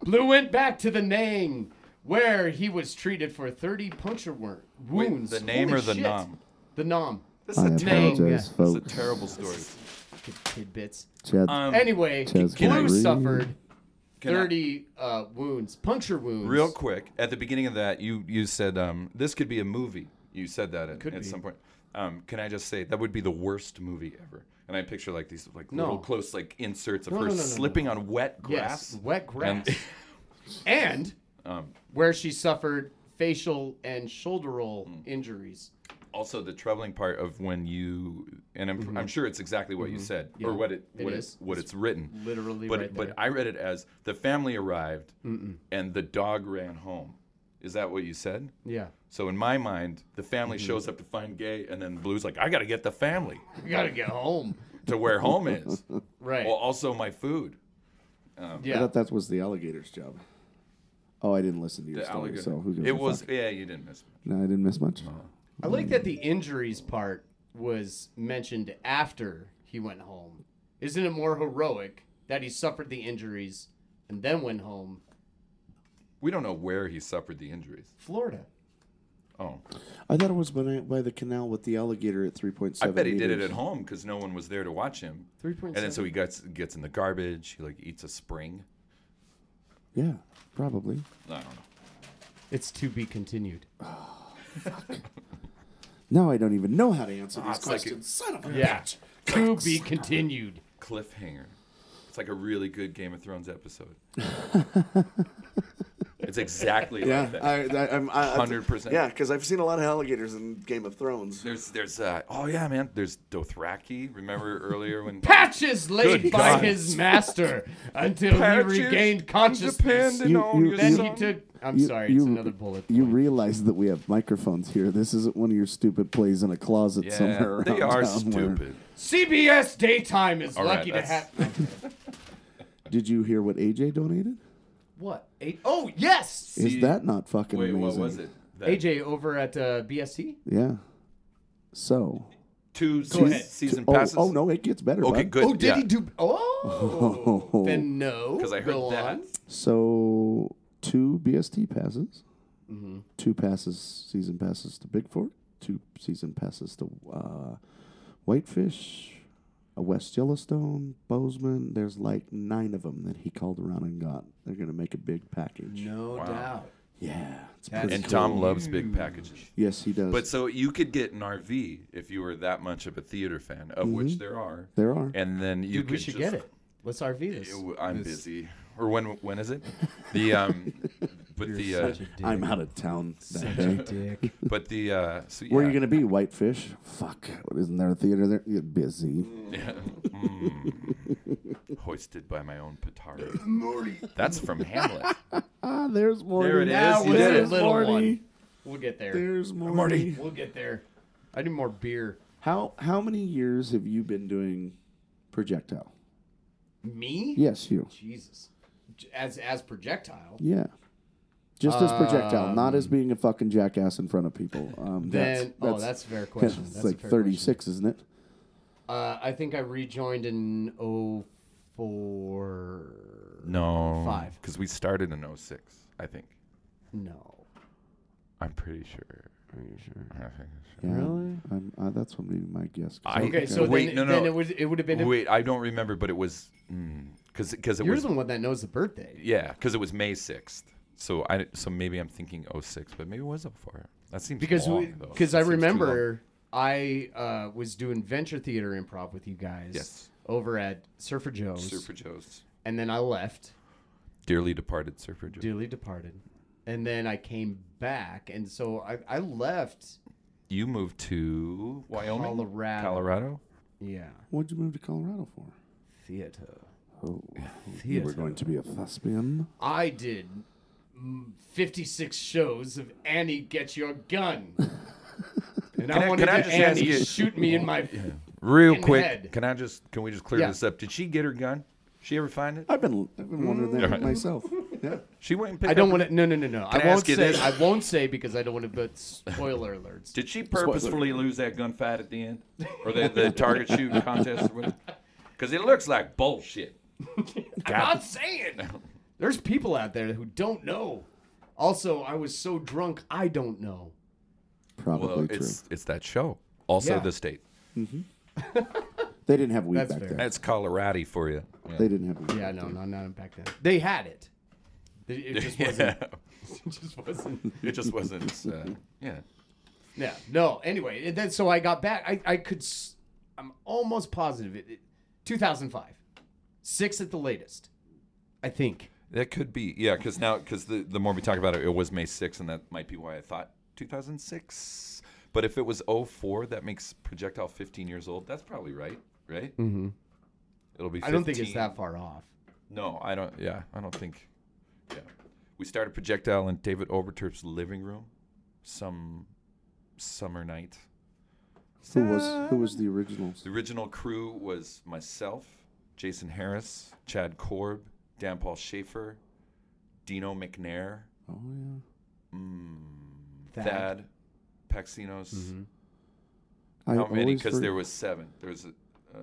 S4: Blue went back to the Nang, where he was treated for 30 puncture wor-
S3: Wait,
S4: wounds.
S3: the name
S4: Holy
S3: or the
S4: shit.
S3: nom?
S4: The Nom.
S3: This
S2: I
S3: is a terrible,
S4: Nang.
S2: apologize,
S4: Yeah.
S3: this is a
S2: folks.
S3: terrible story.
S4: Kid, tidbits.
S2: Chad,
S3: Um,
S4: Anyway,
S2: Says
S3: can I
S4: Blue
S2: read?
S4: suffered
S3: Can I-
S4: 30 uh, wounds, puncture wounds.
S3: Real quick, at the beginning of that, you you said um, this could be a movie. You said that at,
S4: Could
S3: at
S4: be.
S3: some point. Um, can I just say that would be the worst movie ever? And I picture like these like
S4: No.
S3: little close like inserts of
S4: No,
S3: her
S4: no, no, no, no.
S3: slipping on wet grass. Um,
S4: Yes, wet grass.
S3: And-
S4: And, <laughs> where she suffered facial and shoulderal
S3: Hmm.
S4: injuries.
S3: Also, the troubling part of when you and I'm, I'm sure it's exactly what you said or
S4: Mm-hmm. Yeah,
S3: what it,
S4: it
S3: what
S4: is.
S3: what
S4: It's
S3: it's written.
S4: literally
S3: but
S4: right
S3: but
S4: there.
S3: I read it as the family arrived and the dog ran home. Is that what you said?
S4: Yeah.
S3: So in my mind, the family
S5: Mm-hmm.
S3: shows up to find Gay, and then Blue's like, "I got to get the family
S4: We got to get home.
S3: to
S5: <laughs>
S3: where home is. well, um,
S4: Right.
S3: also my food.
S5: I
S4: yeah.
S5: thought that was the alligator's job. Oh, I didn't listen to your
S3: The
S5: story,
S3: alligator.
S5: so who gives a
S3: it was Oh.
S5: fuck?
S3: yeah. You didn't miss. Much.
S2: no, I didn't miss much.
S4: I like that the injuries part was mentioned after he went home. Isn't it more heroic that he suffered the injuries and then went home?
S3: We don't know where he suffered the injuries.
S4: Florida.
S3: Oh,
S5: I thought it was by, by the canal with the alligator at 3.7
S3: I bet he did it
S5: meters.
S3: at home because no one was there to watch him.
S4: 3.7.
S3: And then so he gets gets in the garbage. He like eats a spring.
S5: Yeah, probably.
S3: I don't know.
S4: It's to be continued.
S5: Now I don't even know how to answer these
S3: Oh, it's like
S5: questions. Son of a
S4: Yeah.
S5: bitch.
S4: to be continued.
S3: Cliffhanger. It's like a really good Game of Thrones
S2: <laughs>
S3: episode. it's exactly
S5: Yeah,
S3: like that.
S5: I, I, I'm I- I-
S3: 100%.
S5: Yeah, because I've seen a lot of alligators in Game of Thrones.
S3: There's there's uh oh yeah man there's Dothraki remember earlier
S4: <laughs>
S3: when
S4: Patches laid
S3: Good
S4: by
S3: God.
S4: his master until
S3: Patches
S4: he regained consciousness.
S3: depending
S2: You-
S3: on
S2: you-
S3: your
S4: Then
S2: you-
S4: he
S3: son.
S4: took. I'm
S2: You-
S4: sorry, it's
S2: you-
S4: another bullet.
S2: You
S4: point.
S2: realize that we have microphones here. This isn't one of your stupid plays in a closet somewhere.
S3: yeah, they
S2: around
S3: are
S2: town where-
S3: stupid.
S4: CBS daytime is
S3: All right,
S4: lucky to
S3: that's-
S4: have.
S2: Did you hear what AJ donated?
S4: What? A- oh yes,
S2: Is that not fucking
S3: Wait,
S2: amazing?
S3: what was it? That
S4: AJ over at uh, BSC.
S2: Yeah. So.
S3: two
S4: Go
S3: se-
S4: ahead.
S3: season
S2: oh,
S3: passes.
S2: oh, no, it gets better.
S3: Okay,
S2: bud.
S3: good.
S4: oh, did
S3: yeah.
S4: he do? Oh, then no.
S3: 'Cause I heard
S4: Go
S3: that.
S4: on.
S2: So two BST passes,
S3: Mm-hmm.
S2: two passes season passes to Big Fork, two season passes to uh, Whitefish, uh, West Yellowstone, Bozeman. There's like nine of them that he called around and got. They're gonna make a big package.
S4: No doubt.
S2: Yeah, it's
S4: That's
S2: pretty
S3: And
S2: cool. Hmm.
S3: Tom loves big packages.
S2: Yes, he does.
S3: But so you could get an RV if you were that much of a theater fan, of
S2: Mm-hmm.
S3: which there are.
S2: there are.
S3: And then you
S4: Dude,
S3: could
S4: we should
S3: just, uh,
S4: get it. Let's RV this.
S3: Ew, I'm busy. Or when when is
S4: <laughs>
S3: it? The um, but the uh,
S2: I'm out of town that day.
S4: Dick.
S3: but the uh, so yeah.
S2: Where are you gonna be, Whitefish? Fuck, isn't there a theater there? You're busy.
S3: Mm. hoisted by my own petard? That's from
S4: <laughs>
S3: Hamlet.
S2: Ah, there's Morty.
S3: There it
S4: Now
S3: is. You
S4: with
S3: did
S4: a
S3: it.
S4: little
S2: Morty.
S4: one, we'll get there.
S2: There's Morty.
S4: We'll get there. I need more beer.
S2: How how many years have you been doing projectile?
S4: Me?
S2: Yes, you.
S4: Jesus. J- As as projectile.
S2: Yeah. Just as projectile, not as being a fucking jackass in front of people. Um,
S4: Um, Then oh, that's a fair question.
S2: it's
S4: That's
S2: like
S4: a fair
S2: 36, isn't it?
S4: Question. Uh, I think I rejoined in 04.
S3: No,
S4: Five.
S3: because we started in 06, I think.
S4: No.
S3: I'm pretty sure.
S4: Are you sure?
S3: I think
S2: Yeah, I'm, uh, that's what maybe my guess. 'cause
S3: I-
S2: I'm-
S4: Okay, so
S3: Wait,
S4: then,
S3: no, no.
S4: then it would it would have been
S3: so. Wait, I don't remember, but mm, it was because because it
S4: you're
S3: was
S4: the one that knows the birthday.
S3: yeah because it was May 6th. So I so maybe I'm thinking 06, but maybe it was up for That seems
S4: because
S3: long,
S4: we
S3: though.
S4: because
S3: That
S4: I
S3: seems too long.
S4: remember I uh, was doing venture theater improv with you guys
S3: Yes.
S4: over at Surfer Joe's,
S3: Surfer Joe's
S4: and then I left,
S3: dearly departed Surfer Joe.
S4: dearly departed, and then I came back, and so I, I left.
S3: You moved to Wyoming,
S4: Colorado.
S3: Colorado.
S4: Yeah,
S2: What'd you move to Colorado for?
S4: theater.
S2: Oh,
S4: <laughs>
S2: you
S4: Theater.
S2: were going to be a thespian.
S4: I did mm, 56 shows of Annie Get Your
S3: <laughs>
S4: Gun. And I
S3: I-
S4: wanted
S3: can I
S4: to
S3: just ask
S4: Annie
S3: you-
S4: shoot me in my.
S3: Real
S4: In the
S3: quick,
S4: head.
S3: can I just can we just clear
S4: Yeah.
S3: this up? Did she get her gun? She ever find it?
S2: I've been I've been wondering that
S3: Alright.
S4: Mm. <laughs>
S2: myself. Yeah.
S3: She went and picked.
S4: I don't
S3: up
S4: want to. No, no, no, no. I,
S3: Can I
S4: won't
S3: ask you
S4: say.
S3: this?
S4: I won't say because I don't want to. But
S3: <laughs>
S4: spoiler alerts.
S3: Did she purposefully lose that gunfight at the end, or the, the target shooting contest, or whatever? Because it looks like bullshit.
S4: I'm not saying. There's people out there who don't know. Also, I was so drunk, I don't know.
S2: Probably
S3: Well,
S2: true.
S3: it's it's that show. Also,
S4: Yeah.
S3: the state.
S2: They didn't have weed
S4: That's
S2: back
S4: fair.
S2: there.
S3: That's Colorati for you. Yeah.
S2: They didn't have weed.
S4: Yeah, no, no, not back then. They had it. It, it <laughs>
S3: <laughs>
S4: just wasn't. It just wasn't.
S3: It just wasn't. Uh, yeah.
S4: Yeah. No. Anyway, and then so I got back. I I could. s- I'm almost positive. It, it 2005, six at the latest, I think.
S3: That could be. Yeah, because now because the the more we talk about it, it was May 6th, and that might be why I thought 2006. But if it was 04, that makes projectile 15 years old. That's probably right. Right. Mm-hmm. It'll be. 15.
S4: I don't think it's that far off.
S3: No, I don't. Yeah, I don't think. Yeah, we started projectile in David Overturp's living room, some summer night. Ah,
S2: Who was who was the originals?
S3: The original crew was myself, Jason Harris, Chad Korb, Dan Paul Schaefer, Dino McNair, mm,
S2: Oh yeah.
S4: That.
S3: Thad, Paxinos.
S4: Mm-hmm.
S2: I
S3: How many?
S2: always
S3: Because
S2: for-
S3: there was seven. There was a, uh,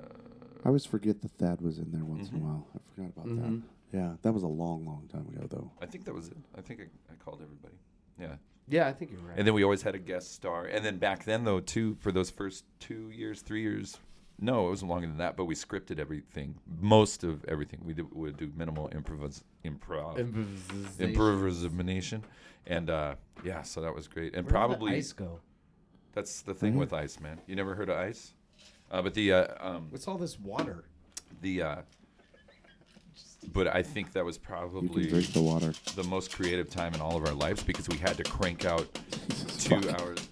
S2: I always forget that Thad was in there once
S3: Mm-hmm.
S2: in a while. I forgot about
S4: Mm-hmm.
S2: that. Yeah, that was a long, long time ago though.
S3: I think that was it. I think I, I called everybody. Yeah.
S4: Yeah, I think you're right.
S3: And then we always had a guest star. And then back then, though, too, for those first two years, three years, no, it was longer than that. But we scripted everything, most of everything. We did, would do minimal improvis, improv,
S4: Improvisation.
S3: improvisation, and uh, yeah, so that was great. And
S4: Where did the
S3: probably
S4: ice go.
S3: that's the
S2: Mm-hmm.
S3: thing with ice, man. You never heard of ice? Uh, but the uh, um,
S4: What's all this water?
S3: the uh, but I think that was
S2: You
S3: probably
S2: can drink the water.
S3: the most creative time in all of our lives because we had to crank out two hours.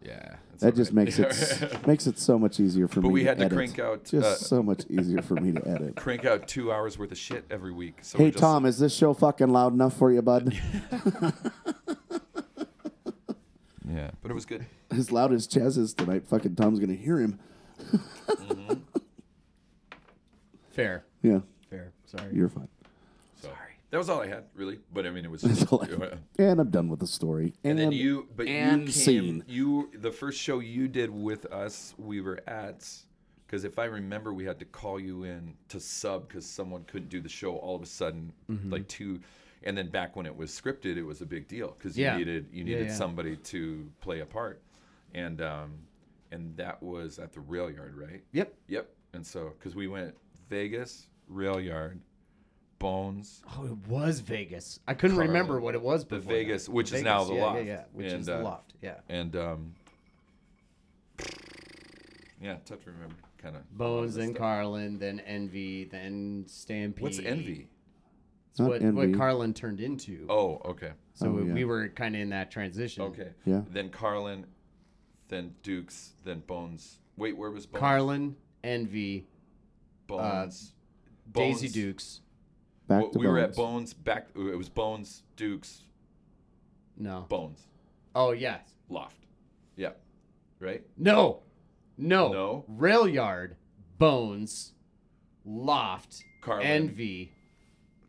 S3: Yeah, that's
S2: That just
S3: alright. <laughs>
S2: makes it s- makes it so much easier for
S3: But
S2: me.
S3: we
S2: to
S3: had to
S2: edit.
S3: crank out,
S2: Just
S3: uh,
S2: so much easier for me
S3: <laughs>
S2: to edit.
S3: crank out two hours worth of shit every week. So
S2: Hey
S3: we're just-
S2: Tom, is this show fucking loud enough for
S3: <laughs>
S2: you, bud?
S3: Yeah, but it was good.
S2: as loud as Chaz is tonight, fucking Tom's gonna hear him.
S4: Fair.
S2: Yeah,
S4: Fair. Sorry.
S2: you're fine.
S3: Sorry, that was all I had really. But I mean, it was. Just, <laughs>
S2: all I had. And I'm done with the story.
S3: and then you, but
S2: and
S3: you came.
S2: scene.
S3: You the first show you did with us, we were at. Because if I remember, we had to call you in to sub because someone couldn't do the show all of a sudden, like two. And then back when it was scripted, it was a big deal because
S4: Yeah.
S3: you needed you
S4: Yeah,
S3: needed
S4: yeah.
S3: somebody to play a part, and um, and that was at the rail yard, right?
S4: Yep.
S3: Yep. And so, because we went Vegas, Rail Yard, Bones,
S4: Oh, it was Vegas. I couldn't
S3: Carmen.
S4: remember what it was
S3: the
S4: before. that.
S3: Vegas, which is now the
S4: yeah,
S3: loft.
S4: Yeah, yeah, which
S3: and,
S4: is the
S3: uh,
S4: loft. Yeah.
S3: And um, yeah, tough to remember, kind of.
S4: Bones, then Carlin, then Envy, then Stampede.
S3: What's Envy?
S4: It's
S2: Not
S4: what,
S2: Envy.
S4: what Carlin turned into.
S3: Oh, okay,
S4: so
S2: Oh, yeah.
S4: we were kind of in that transition.
S3: okay.
S2: Yeah.
S3: Then Carlin, then Dukes, then Bones. Wait, where was Bones?
S4: Carlin, Envy,
S3: Bones.
S4: Daisy
S3: Bones.
S4: Dukes.
S2: back
S3: Well,
S2: to
S3: we were at Bones
S2: Bones.
S3: back. uh, It was Bones, Dukes,
S4: No.
S3: Bones,
S4: Oh yeah.
S3: Loft. Yeah, right.
S4: No. No.
S3: No?
S4: Rail yard, Bones, Loft,
S3: Carlin.
S4: Envy.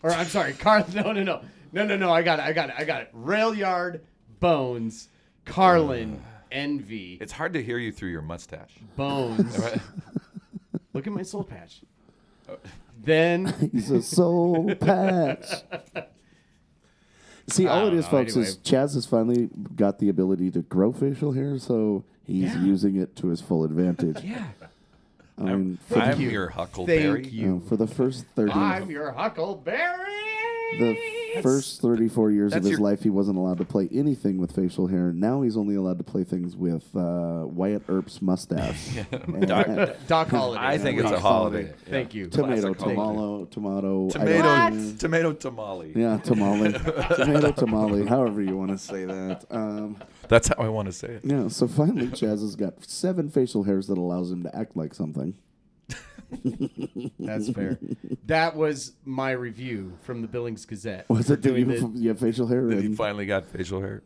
S4: Or I'm sorry, <laughs> Carlin. No, no, no, no, no, no. I got it. I got it. I got it. Rail yard, Bones,
S3: <sighs>
S4: Carlin, Envy,
S3: It's hard to hear you through your mustache. <laughs>
S4: Bones.
S3: Right?
S4: Look at my soul patch.
S3: Oh.
S4: <laughs> Then
S2: He's a soul patch. See, all it
S4: don't
S2: is,
S4: know,
S2: folks,
S4: anyway.
S2: is Chaz has finally got the ability to grow facial hair, so he's
S4: Yeah.
S2: using it to his full advantage.
S4: yeah,
S2: I mean, for,
S3: I'm
S4: you.
S2: Um,
S3: your Huckleberry.
S4: thank
S2: you know,
S4: you.
S2: for the first 30
S4: I'm your Huckleberry.
S2: the first 34 years of
S3: that's
S2: his
S3: your-
S2: life, he wasn't allowed to play anything with facial hair. Now he's only allowed to play things with uh, Wyatt Earp's mustache. And-
S3: Doc-
S4: Doc Holiday.
S3: I think it's a holiday.
S2: Holiday.
S4: Thank you.
S2: tomato,
S3: Classic holiday.
S2: tomato, tomato, I don't-
S3: Tomato, tomato tamale.
S2: Yeah, tamale, tomato, tamale, however you want to say that. Um,
S3: That's how I want to say it.
S2: yeah, so finally, Chaz has got seven facial hairs that allows him to act like something.
S4: That's <laughs> fair. That was my review from the Billings Gazette.
S2: Was
S4: for
S2: it doing you,
S4: the,
S2: you have facial hair?
S3: That he
S2: and-
S3: finally got facial hair.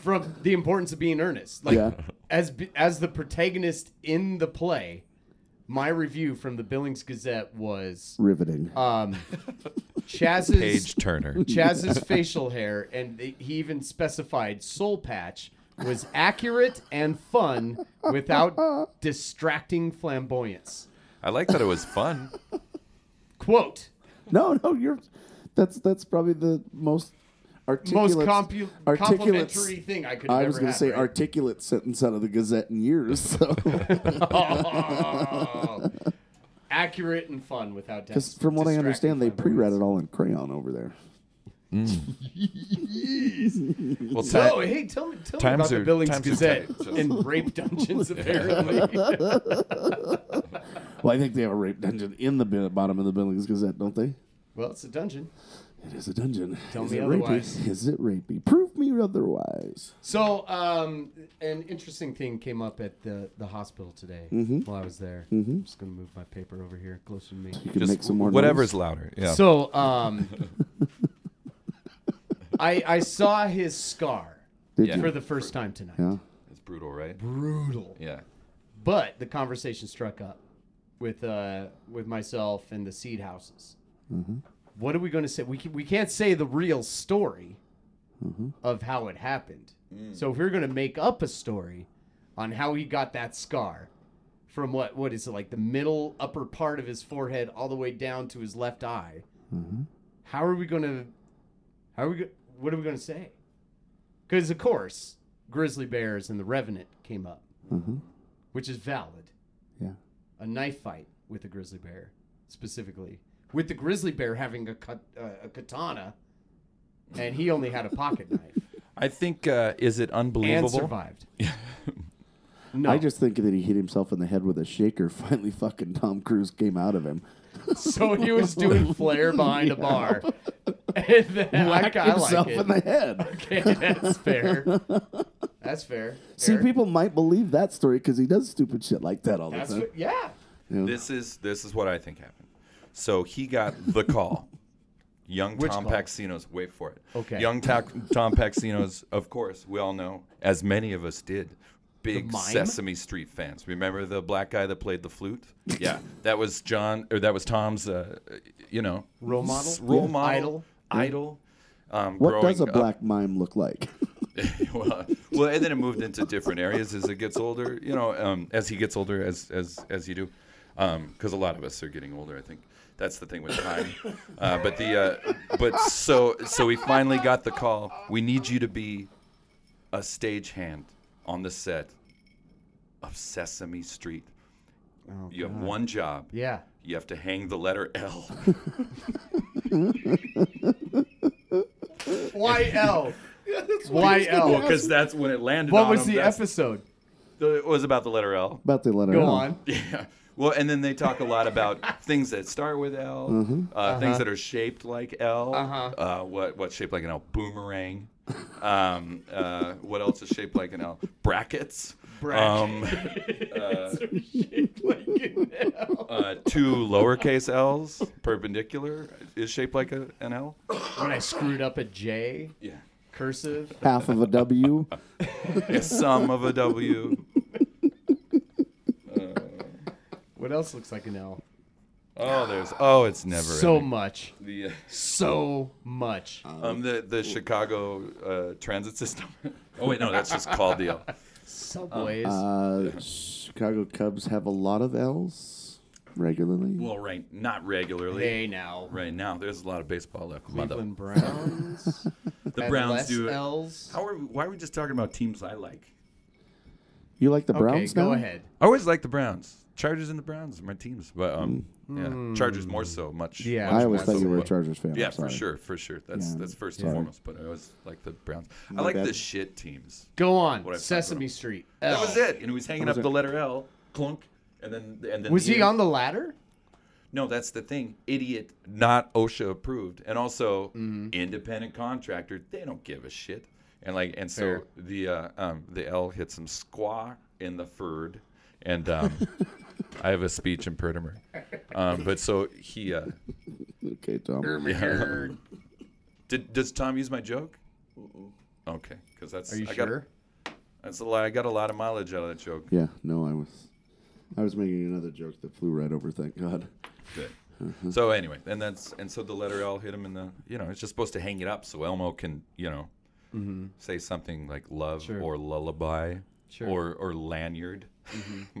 S4: from the importance of being earnest? Like
S2: <laughs> Yeah.
S4: as b- as the protagonist in the play, my review from the Billings Gazette was
S2: riveting.
S4: um Chaz's
S3: Page
S2: <laughs>
S3: Turner.
S4: Chaz's facial hair, and he even specified soul patch was accurate and fun without distracting flamboyance.
S3: I like that it was
S2: <laughs>
S3: fun.
S4: Quote.
S2: no, no, you're. That's that's probably the most
S4: Most
S2: articulate,
S4: compu-
S2: articulate-
S4: complimentary thing I could have
S2: I
S4: ever
S2: was going
S4: had,
S2: to say
S4: right?
S2: articulate sentence out of the Gazette in years. <laughs> So,
S4: Oh. <laughs> accurate and fun without dis-
S2: because from what I understand, they
S4: distracting
S2: pre-read it all in crayon over there.
S3: <laughs> Well, ti-
S4: flamboyance. Whoa, hey, tell me, tell me
S3: Times
S4: about the
S3: are-
S4: Billings
S3: times are
S4: Gazette
S3: tight, just-
S4: and
S3: <laughs>
S4: rape dungeons, apparently.
S2: Well, I think they have a rape dungeon in the bi- bottom of the Billings Gazette, don't they?
S4: well, it's a dungeon.
S2: It is a dungeon.
S4: Tell
S2: is
S4: me
S2: it
S4: otherwise.
S2: Rapey? Is it rapey? Prove me otherwise.
S4: So, um, an interesting thing came up at the, the hospital today while I was there. I'm just going to move my paper over here closer to me.
S2: You can
S3: just
S2: make some more.
S3: whatever's
S2: noise.
S3: louder. Yeah.
S4: So, um, I, I saw his scar
S2: Did
S3: Yeah.
S2: you?
S4: for the first time tonight.
S2: Yeah.
S3: it's brutal, right?
S4: Brutal.
S3: Yeah.
S4: But the conversation struck up with uh, with myself and the seed houses. What are we going to say? We, can, we can't say the real story of how it happened. So if we're going to make up a story on how he got that scar from what what is it like the middle upper part of his forehead all the way down to his left eye,
S2: Mm-hmm.
S4: how are we going to how are we go- what are we going to say? Because of course, grizzly bears and the revenant came up which is valid.
S2: Yeah.
S4: A knife fight with a grizzly bear, specifically, with the grizzly bear having a cut, uh, a katana, and he only had a pocket knife
S3: I think uh, is it
S4: and
S3: unbelievable?
S4: survived. No,
S2: I just think that he hit himself in the head with a shaker. <laughs> Finally, fucking Tom Cruise came out
S4: <laughs>
S2: of him.
S4: so
S2: <laughs>
S4: he was doing flair behind a bar, and then I
S2: Whacked
S4: kinda
S2: himself
S4: like it.
S2: in
S4: <laughs>
S2: the head.
S4: okay, that's fair. That's fair.
S2: See,
S4: Fair.
S2: people might believe that story because he does stupid shit like that all
S4: That's
S2: the time.
S4: fa- yeah.
S3: This is this is what I think happened. So he got the
S4: <laughs>
S3: call. Young
S4: Which
S3: Tom
S4: call?
S3: Paxinos, wait for it.
S4: Okay.
S3: Young ta-
S4: <laughs>
S3: Tom Paxinos, of course, we all know, as many of us did, big
S4: mime?
S3: Sesame Street fans. Remember the black guy that played the
S4: <laughs>
S3: flute? Yeah, that was John, or that was Tom's, uh, you know,
S4: Role model?
S3: s- role
S4: Yeah.
S3: model,
S4: Idol?
S3: idol. Um,
S2: What
S3: growing
S2: does a
S3: up-
S2: black mime look like? <laughs>
S3: <laughs> well, well, and then it moved into different areas as it gets older. You know, um, as he gets older, as as as you do, because a lot of us are getting older. I think that's the thing with time. Uh, but the uh, but so so we finally got the call. We need you to be a stagehand on the set of Sesame Street. you have one job.
S4: Oh, Yeah.
S3: You have to hang the letter
S4: <laughs>
S3: L. <laughs>
S2: <laughs>
S4: YL. YL.
S3: Well, because that's when it landed.
S4: What
S3: on
S4: was
S3: him,
S4: the
S3: that's-
S4: episode?
S3: It was about the letter L.
S2: About the letter.
S4: Go
S2: L.
S4: on.
S3: <laughs> Yeah. Well, and then they talk a lot <laughs> about things that start with L, uh, things that are shaped like L.
S4: Uh-huh.
S3: Uh, what what's shaped like an L? Boomerang. Um, uh, what else is shaped like an L? Brackets. Um, Oh, <laughs>
S4: <laughs>
S3: uh, two lowercase L's perpendicular is shaped like a, an L.
S4: when I screwed up a J
S3: Yeah.
S4: cursive.
S2: Half of a
S4: <laughs>
S2: W.
S3: A sum of a W.
S4: What else looks like an L?
S3: Oh, there's oh, it's never
S4: So
S3: ending.
S4: much,
S3: The, uh,
S4: so much.
S3: um, the the Chicago uh, transit system. oh wait, no, that's just called the L.
S4: Subways.
S2: Uh, Chicago Cubs have a lot of L's regularly.
S3: Well, right, not regularly.
S4: hey now,
S3: Right now, there's a lot of baseball left. Mother.
S4: Cleveland Browns.
S3: <laughs> The Browns do it.
S4: L's.
S3: How are we, why are we just talking about teams I like?
S2: you like the
S4: Okay,
S2: Browns
S4: go
S2: now?
S4: ahead.
S3: I always like the Browns. Chargers and the Browns are my teams, but um, yeah, Chargers more so, much.
S4: Yeah.
S3: much
S2: I always
S3: more
S2: thought
S3: so,
S2: you were a
S3: but-
S2: Chargers fan.
S3: Yeah,
S2: I'm sorry.
S3: for sure, for sure. That's
S2: Yeah,
S3: that's first and
S2: sorry.
S3: foremost. But I always like the Browns. I like
S2: bad.
S3: the shit teams.
S4: Go on,
S3: What I-
S4: Sesame Street.
S3: That
S4: L.
S3: was it. And he was hanging up the letter L, clunk, and then and then.
S4: Was he
S3: is-
S4: on the ladder?
S3: No, that's the thing. Idiot, not OSHA approved, and also
S4: Mm-hmm.
S3: independent contractor. They don't give a shit. And like, and so
S4: Fair.
S3: the uh, um, the L hit some squaw in the furred, and
S4: <laughs>
S3: um, I have a speech impediment. Um, but so he uh,
S2: Okay, Tom.
S3: did. Does Tom use my joke? Okay, because that's
S4: Are you
S3: I got,
S4: sure?
S3: That's a lot. I got a lot of mileage out of that joke.
S2: Yeah, no, I was, I was making another joke that flew right over. Thank God.
S3: Good. So anyway, and that's and so the letter L hit him in the you know it's just supposed to hang it up so Elmo can you know
S2: Mm-hmm.
S3: say something like love or lullaby
S4: Sure.
S3: or or lanyard
S2: Mm-hmm.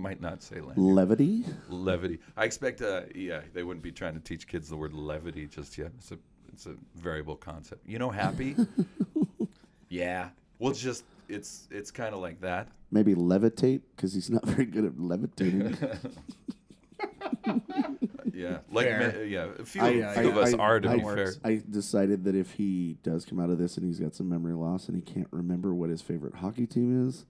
S3: <laughs> might not say lanyard
S2: Levity.
S3: levity. I expect uh yeah they wouldn't be trying to teach kids the word levity just yet. It's a it's a variable concept. You know
S2: <laughs>
S3: happy. yeah. Well, just it's it's kind of like that.
S2: Maybe levitate because he's not <laughs> very good at levitating. <laughs>
S3: Yeah. Like
S4: Fair.
S3: me- yeah. A few,
S2: I-
S3: few
S2: I-
S3: of us
S2: I-
S3: are to
S2: I-
S3: be fair.
S2: I decided that if he does come out of this and he's got some memory loss and he can't remember what his favorite hockey team is,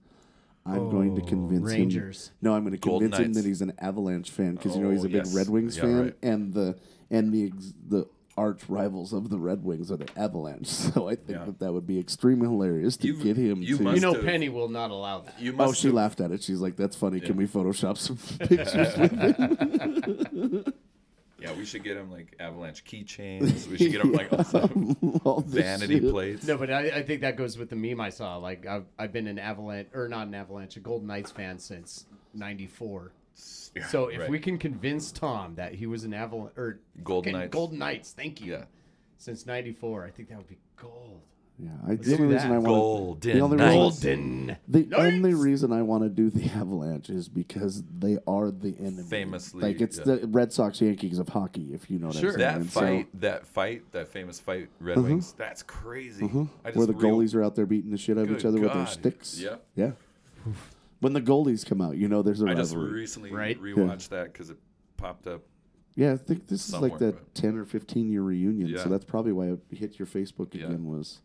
S2: I'm going to convince
S4: Rangers.
S2: him. No, I'm going to
S3: Golden
S2: convince him
S3: Knights.
S2: that he's an Avalanche fan because you know he's
S3: Oh,
S2: a big
S3: yes.
S2: Red Wings
S3: Yeah,
S2: fan
S3: right.
S2: and the and the ex- the arch rivals of the Red Wings are the Avalanche. <laughs> So I think
S3: Yeah.
S2: that that would be extremely hilarious to
S3: You've-
S2: get him.
S3: you
S2: to,
S3: must
S4: You know,
S3: have-
S4: Penny will not allow that.
S3: You
S2: Oh,
S3: must
S2: she
S3: have-
S2: laughed at it. She's like, "That's funny. Can we
S3: <laughs>
S2: Photoshop some pictures?" with it?"
S3: Yeah, we should get him like avalanche keychains. We should get him
S2: <laughs>
S3: like also
S2: All this
S3: vanity
S2: shit.
S3: plates.
S4: No, but I, I think that goes with the meme I saw. Like I've, I've been an Avalanche or not an Avalanche, a Golden Knights fan since '94.
S3: Yeah,
S4: So if
S3: right.
S4: we can convince Tom that he was an Avalanche or
S3: Golden
S4: fucking
S3: Knights.
S4: Golden Knights, thank you.
S3: Yeah.
S4: Since '94, I think that would be gold.
S2: Yeah, I, the only
S4: do
S2: reason
S4: that.
S2: I want
S3: Golden
S2: the only
S3: Knights.
S2: reason,
S4: Golden.
S2: the
S4: Knights.
S2: only reason I want to do the <laughs> Avalanche is because they are the enemy.
S3: Famously,
S2: like it's
S3: yeah.
S2: the Red Sox Yankees of hockey, if you know what
S4: Sure.
S2: I'm saying.
S3: that
S2: And so, Mm-hmm.
S3: fight, that fight, that famous fight, Red Wings. That's crazy. I
S2: where the
S3: real-
S2: goalies are out there beating the shit out of
S3: Good
S2: each other with their
S3: God.
S2: sticks.
S3: Yeah.
S2: yeah. When the goalies come out, you know there's a
S3: I just
S2: rivalry.
S3: recently
S4: Right?
S3: rewatched that 'cause that because it popped up.
S2: yeah, I think this is like
S3: somewhere,
S2: that
S3: but-
S2: 10 or 15 year reunion,
S3: Yeah.
S2: so that's probably why I hit your Facebook
S3: Yeah.
S2: again was.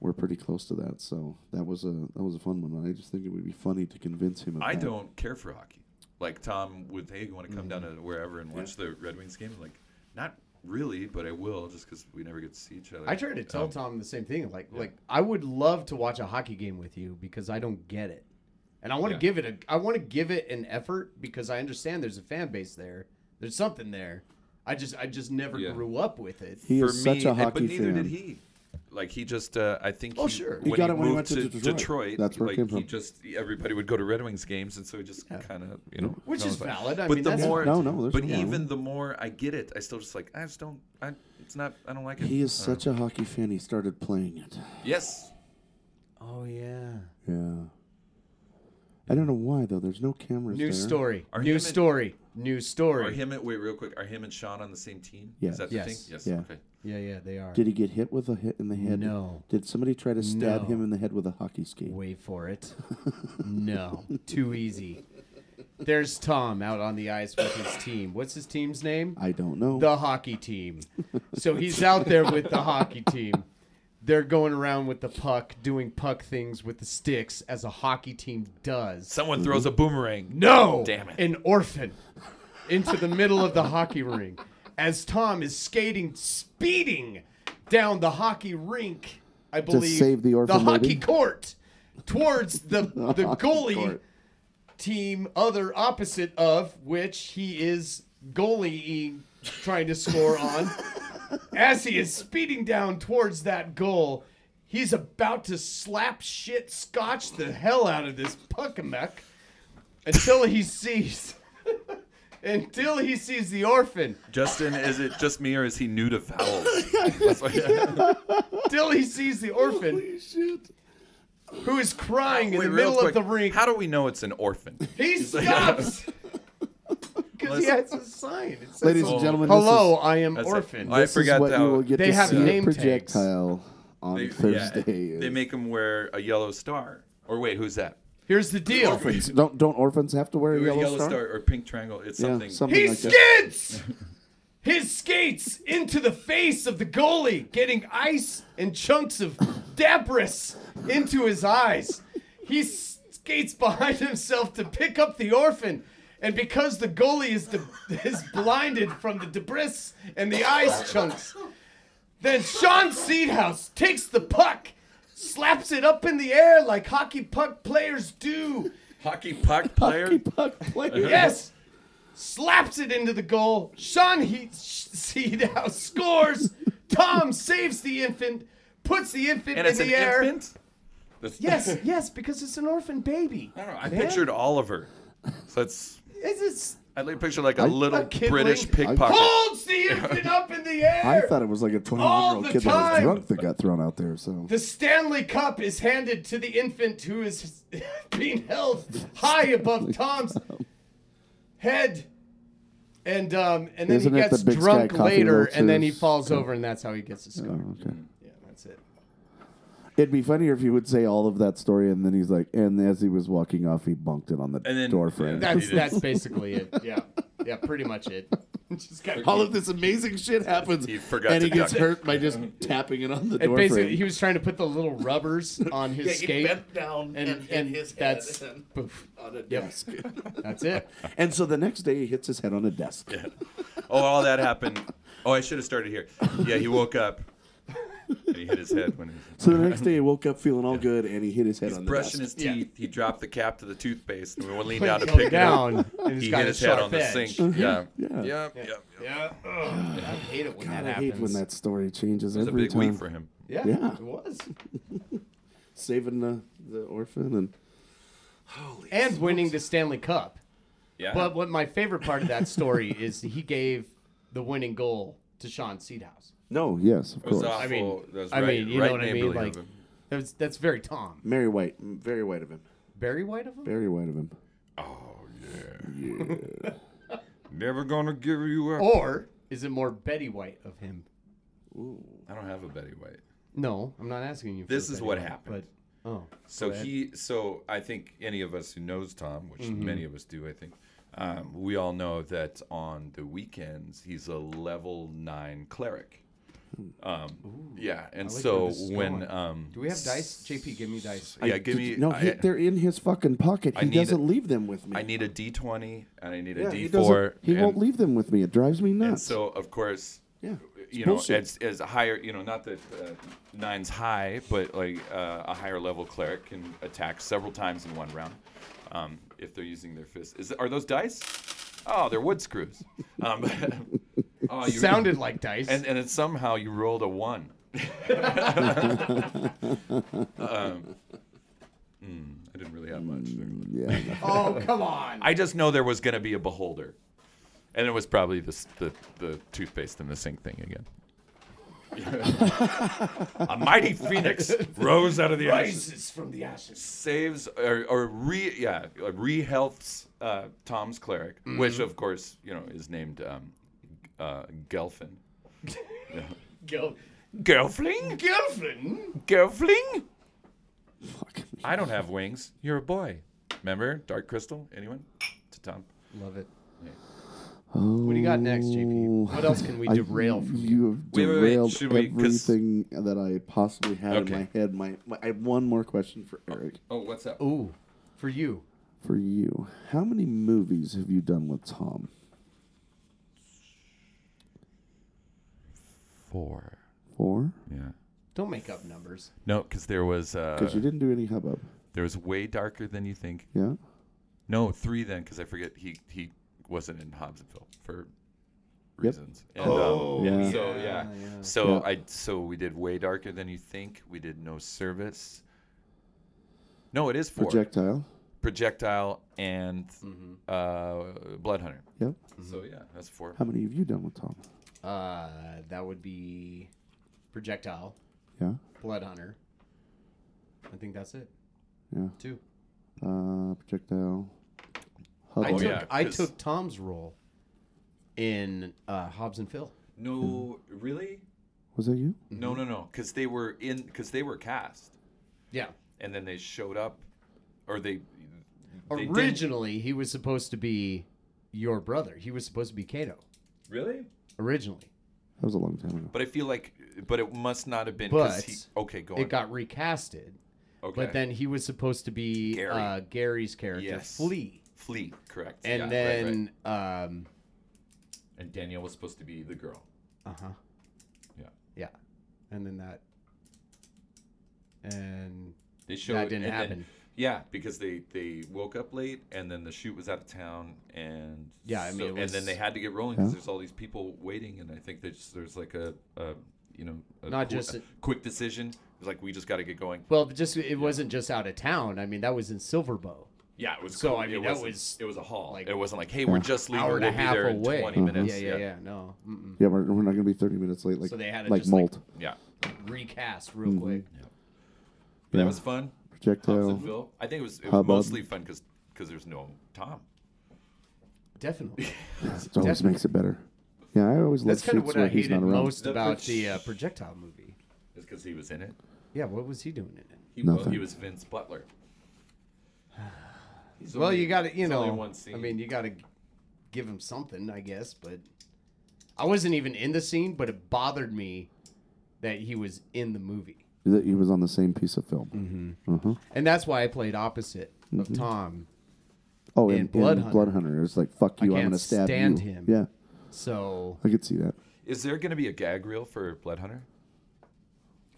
S2: We're pretty close to that, so that was a that was a fun one. I just think it would be funny to convince him. Of
S3: I
S2: that.
S3: don't care for hockey. Like Tom would, hey, you want to come down
S2: Mm-hmm.
S3: to wherever and watch the Red Wings game? Like, not really, but I will just because we never get to see each other.
S4: I try to
S3: Um,
S4: tell Tom the same thing. Like, like I would love to watch a hockey game with you because I don't get it, and I want to
S3: Yeah.
S4: give it a. I want to give it an effort because I understand there's a fan base there. There's something there. I just, I just never
S3: Yeah.
S4: grew up with it.
S2: He
S3: for
S2: is
S3: me,
S2: such a
S3: and-
S2: hockey
S3: but neither
S2: fan.
S3: did he. Like he just, uh, I think.
S4: Oh,
S3: he,
S4: sure.
S3: When
S4: He
S3: he,
S2: got it when he
S3: moved
S2: went to
S3: to,
S2: Detroit. That's where it
S3: like,
S2: came from.
S3: He just everybody would go to Red Wings games, and so he just kind of you know.
S4: Which
S3: kinda
S4: is
S3: was like-
S4: valid. I
S3: but
S4: mean,
S3: the
S4: that's-
S3: more,
S2: No, no, there's
S3: but
S2: no problem.
S3: even the more I get it, I still just like I just don't. I it's not. I don't like it.
S2: He is
S3: I don't
S2: such a hockey fan. He started playing it.
S3: know. yes.
S4: Oh yeah.
S2: Yeah. I don't know why though. There's no cameras.
S4: New
S2: there.
S4: story.
S3: Are
S4: New
S3: him and-
S4: story. New
S3: Are
S4: story.
S3: him and wait real quick? Are him and Sean on the same team?
S2: Yes.
S3: Is that
S4: Yes.
S3: the thing? Yes.
S2: Yeah.
S3: Okay.
S4: Yeah, yeah, they are.
S2: Did he get hit with a hit in the head?
S4: No.
S2: Did somebody try to stab
S4: No.
S2: him in the head with a hockey skate?
S4: Wait for it. no, too easy. There's Tom out on the ice with his team. What's his team's name?
S2: I don't know.
S4: the hockey team. So he's out there with the hockey team. They're going around with the puck, doing puck things with the sticks, as a hockey team does.
S2: Mm-hmm.
S3: Someone throws a boomerang.
S4: No,
S3: Damn it.
S4: an orphan into the middle of the hockey ring as Tom is skating, speeding down the hockey rink. I believe
S2: save the orphan
S4: hockey
S2: lady?
S4: court towards the the
S2: hockey
S4: goalie
S2: court.
S4: team, other opposite of which he is goalieing, trying to score on. As he is speeding down towards that goal, he's about to slap shit scotch the hell out of this puckamuck until he sees <laughs> until he sees the orphan
S3: Justin, is it just me or is he new to
S4: <laughs>
S3: fouls? That's what-
S4: until he sees the orphan who is crying
S3: Wait,
S4: in the
S3: real
S4: middle
S3: quick,
S4: of the rink
S3: How do we know it's an orphan?
S4: he <laughs> stops because he has a sign it says,
S2: Ladies
S3: Oh.
S2: and gentlemen,
S4: hello
S2: This
S4: i am
S3: That's it.
S4: orphan
S3: I
S2: is, this
S3: forgot
S2: is what
S3: that.
S2: you
S3: one.
S2: will get
S4: They
S2: to
S4: have
S2: see at
S4: name tags.
S2: projectile on
S3: They- yeah,
S2: Thursday.
S3: they make him wear a yellow star. Or wait, who's that?
S4: Here's the deal.
S2: Orphans. Don't don't orphans have to wear a
S3: Or
S2: yellow,
S3: yellow
S2: star?
S3: star or pink triangle. It's
S2: Yeah,
S3: something.
S2: something
S4: He
S2: like that.
S4: skids <laughs> his skates into the face of the goalie, getting ice and chunks of dapris into his eyes. He skates behind himself to pick up the orphan. And because the goalie is, de- <laughs> is blinded from the debris and the ice chunks, then Sean Seedhouse takes the puck, slaps it up in the air like hockey puck players do,
S3: <laughs> Hockey puck player.
S2: Puck player.
S4: Yes. Slaps it into the goal. Sean he- Seedow <laughs> scores. Tom saves the infant, puts the infant
S3: and
S4: in
S3: it's an
S4: the air.
S3: infant. That's- <laughs>
S4: Yes, yes, because it's an orphan baby.
S3: I don't know. I
S4: Man,
S3: pictured Oliver. So that's.
S4: Is this
S3: I like picture like a little
S4: a kidling-
S3: British pickpocket. <laughs>
S4: holds the infant up in the air?
S2: I thought it was like a 21 year
S4: All
S2: old
S4: the
S2: kid that was
S4: time.
S2: drunk that got thrown out there. So
S4: The Stanley Cup is handed to the infant who is <laughs> being held high above Tom's head. And um, and then
S2: Isn't
S4: he
S2: it
S4: gets
S2: the Big Sky
S4: drunk
S2: Coffee
S4: later, and then he
S2: Roasters
S4: falls over, and that's how he gets the scar.
S2: Oh, okay.
S4: Yeah, that's it.
S2: it'd be funnier if he would say all of that story and then he's like, and as he was walking off, he bunked it on the
S3: And then-
S2: door
S3: yeah.
S2: frame.
S3: <laughs>
S4: That's
S3: It is.
S4: that's basically it. Yeah, yeah, pretty
S5: <laughs>
S4: much it. Just got
S5: All of this amazing shit happens,
S3: He forgot
S5: and
S3: to
S5: he gets
S3: duck.
S5: hurt by
S3: <laughs>
S5: just tapping it on the
S4: And
S5: door
S4: basically,
S5: frame.
S4: he was trying to put the
S5: <laughs>
S4: little rubbers on his skate,
S5: down
S4: and, and, that's <laughs> poof,
S5: on a
S4: desk. <laughs>
S3: <laughs>
S4: that's it.
S2: And so the next day, he hits his head on a desk.
S3: Oh, all that happened. Oh, I should have started here. Yeah, he woke up and he hit his head when he was
S2: So the next day, he woke up feeling all good and he hit his head on the
S3: brushing
S2: desk.
S3: his teeth. He dropped the cap to the toothpaste and we leaned
S4: Put
S3: out to
S4: it
S3: pick it
S4: down,
S3: up.
S4: and it's
S3: He
S4: got
S3: hit
S4: a
S3: his head
S4: sharp
S3: on the
S4: edge. Mm-hmm.
S5: <laughs>
S3: sink. Yeah.
S2: Yeah.
S3: Yep. Yep. yep.
S4: Yeah, ugh, I hate it when that
S2: I
S4: happens.
S2: hate when that story changes
S3: It was a
S2: every
S3: big
S2: time.
S3: week for him.
S4: yeah,
S2: Yeah.
S4: it was.
S2: Saving the, the orphan and
S4: And winning the Stanley Cup.
S3: Yeah.
S4: But what my favorite part of that story is he gave the winning goal to Sean Seedhouse.
S2: no, yes, of
S3: it was uh,
S2: course.
S3: awful.
S4: I mean,
S3: that was
S4: I
S3: right,
S4: mean, you
S3: right
S4: know what I mean?
S3: neighborly
S4: Like
S3: of him.
S4: that's that's very Tom.
S2: Mary White, very white of him,
S4: Barry White of him.
S2: very white of him.
S3: Oh, <laughs> never gonna give you
S2: Oh.
S3: up.
S4: Or is it more Betty White of him?
S3: I don't have a Betty White.
S4: No, I'm not asking you. For
S3: This
S4: a
S3: is
S4: Betty
S3: what
S4: White,
S3: happened.
S4: But, oh,
S3: So he, so I think any of us who knows Tom, which
S2: Mm-hmm.
S3: many of us do, I think, um, we all know that on the weekends he's a level nine cleric.
S2: Hmm.
S3: Um, yeah, and
S4: like where
S3: so
S4: this is
S3: when
S4: going.
S3: um,
S4: do we have dice? JP, give me dice.
S3: yeah,
S2: I-
S3: give
S2: did-
S3: me
S2: No,
S3: I,
S2: he, they're in his fucking pocket.
S3: I
S2: He
S3: need
S2: doesn't
S3: a-
S2: leave them with me.
S3: I need a D twenty and I need a
S2: Yeah,
S3: D
S2: he
S3: four.
S2: doesn't- He won't leave them with me. It drives me
S3: And
S2: nuts.
S3: so of course,
S2: yeah,
S3: you know,
S2: bullshit.
S3: as as a higher, you know, not that uh, nine's high, but like uh, a higher level cleric can attack several times in one round um, if they're using their fists. Is are those dice? Oh, they're wood screws. Um, <laughs> oh, you
S4: Sounded like dice.
S3: and and it somehow you rolled a one. <laughs> um, mm, I didn't really have much. There. <laughs>
S2: yeah.
S4: oh come on!
S3: I just know there was going to be a beholder, and it was probably this, the the toothpaste and the sink thing <laughs> again. a mighty phoenix rose out of the ashes,
S4: Rises from the ashes.
S3: saves or, or re yeah uh, rehealths uh, Tom's cleric, which of course you know is named um, uh, Gelfin.
S4: Gil-
S3: Gelfling,
S4: Gilfin.
S3: Gelfling.
S2: Fuck.
S3: I don't have wings. You're a boy. Remember Dark Crystal? Anyone? To Tom.
S4: Love it. What do you got next, JP? What else can we
S2: I-
S4: derail from Oh, you?
S2: You have
S3: Wait, wait, wait,
S2: derailed
S3: should we- 'cause-
S2: everything that I possibly had
S3: Okay.
S2: in my head. My, my, I have one more question for Eric.
S3: Oh, what's up?
S4: Ooh, for you.
S2: For you, how many movies have you done with Tom?
S3: Four.
S2: Four?
S3: Yeah.
S4: Don't make up numbers.
S3: No, because there was uh,
S2: Because you didn't do any hubbub.
S3: there was way darker than you think.
S2: Yeah.
S3: No, three then, because I forget he he wasn't in Hobsonville for
S2: Yep.
S3: reasons. And, oh, um,
S2: Yeah.
S3: so yeah, so I so we did way darker than you think. We did no service. No, it is four
S2: Projectile.
S3: projectile and
S4: Mm-hmm.
S3: uh, blood hunter.
S2: Yep.
S3: So yeah, that's four.
S2: How many have you done with Tom?
S4: Uh, that would be projectile,
S2: Yeah.
S4: blood hunter. I think that's it.
S2: Yeah.
S4: Two.
S2: Uh, projectile.
S4: I
S2: Hubbub.
S3: Oh,
S4: took
S3: yeah,
S4: I
S3: 'cause-
S4: took Tom's role in uh, Hobbs and Phil.
S3: No, really?
S2: Was that you?
S3: No, no, no, because they were in because they were cast
S4: Yeah.
S3: and then they showed up or they. they didn't-
S4: Originally, he was supposed to be your brother. He was supposed to be Kato.
S3: really?
S4: Originally,
S2: That was a long time ago.
S3: But I feel like, but it must not have been. 'cause
S4: but
S3: he, okay, go on.
S4: it got recasted.
S3: okay.
S4: But then he was supposed to be
S3: Gary.
S4: Uh, Gary's character,
S3: Yes.
S4: Flea.
S3: Flea, correct.
S4: And
S3: Yeah, right, right.
S4: then, um,
S3: and Danielle was supposed to be the girl.
S4: uh huh,
S3: Yeah.
S4: yeah, and then that, and
S3: They showed
S4: That didn't
S3: and then-
S4: happen.
S3: yeah, because they they woke up late, and then the shoot was out of town, and
S4: Yeah, I mean, it
S3: and then
S4: was-
S3: they had to get rolling because there's all these people waiting, and I think they just, there's like a, a you know a
S4: Not
S3: cool-
S4: just
S3: a
S4: a-
S3: quick decision. It was like we just got to get going.
S4: well, but just it wasn't just out of town. I mean, that was in Silverbow.
S3: Yeah, it was.
S4: So,
S3: cool.
S4: I mean,
S3: it
S4: that
S3: wasn't-
S4: was
S3: it was a haul.
S4: like
S3: it wasn't like hey, we're just leaving.
S4: hour and
S3: we'll
S4: a
S3: be
S4: half
S3: there in
S4: away.
S3: 20
S2: Mm-hmm.
S3: minutes.
S4: Yeah, yeah, yeah. No, mm-mm.
S2: yeah, we're, we're not going to be 30 minutes late like,
S4: So they had to
S2: like
S4: just, like,
S2: Molt.
S3: yeah.
S4: recast
S2: Mm-hmm.
S4: real quick.
S3: But
S2: Yeah.
S3: That was fun.
S2: Projectile.
S3: Hobsonville. I think it was, it was
S2: Hubbub.
S3: mostly fun because there's no Tom.
S2: <laughs>
S4: Definitely.
S2: It always makes it better. Yeah, I always love
S4: That's kind
S2: shoots
S4: of what
S2: where
S4: I
S2: he's
S4: hated
S2: not around.
S4: most
S3: The
S4: about
S3: proj-
S4: the uh, projectile movie.
S3: It's because he was in it.
S4: Yeah, what was he doing in it?
S3: He, well,
S2: Nothing.
S3: he was Vince Butler. He's
S4: well,
S3: only-
S4: you got to, you
S3: it's only
S4: know,
S3: one scene.
S4: I mean, you got to give him something, I guess. But I wasn't even in the scene, but it bothered me that he was in the movie,
S2: That he was on the same piece of film.
S4: Mm-hmm.
S2: Uh-huh.
S4: and that's why I played opposite
S2: Mm-hmm.
S4: of Tom.
S2: Oh,
S4: In
S2: and,
S4: Blood
S2: Blood, and Blood Hunter. It's like, fuck you, I'm
S4: can't
S2: going to stab
S4: stand
S2: you.
S4: him.
S2: Yeah,
S4: So
S2: I could see that.
S3: Is there going to be a gag reel for Blood Hunter?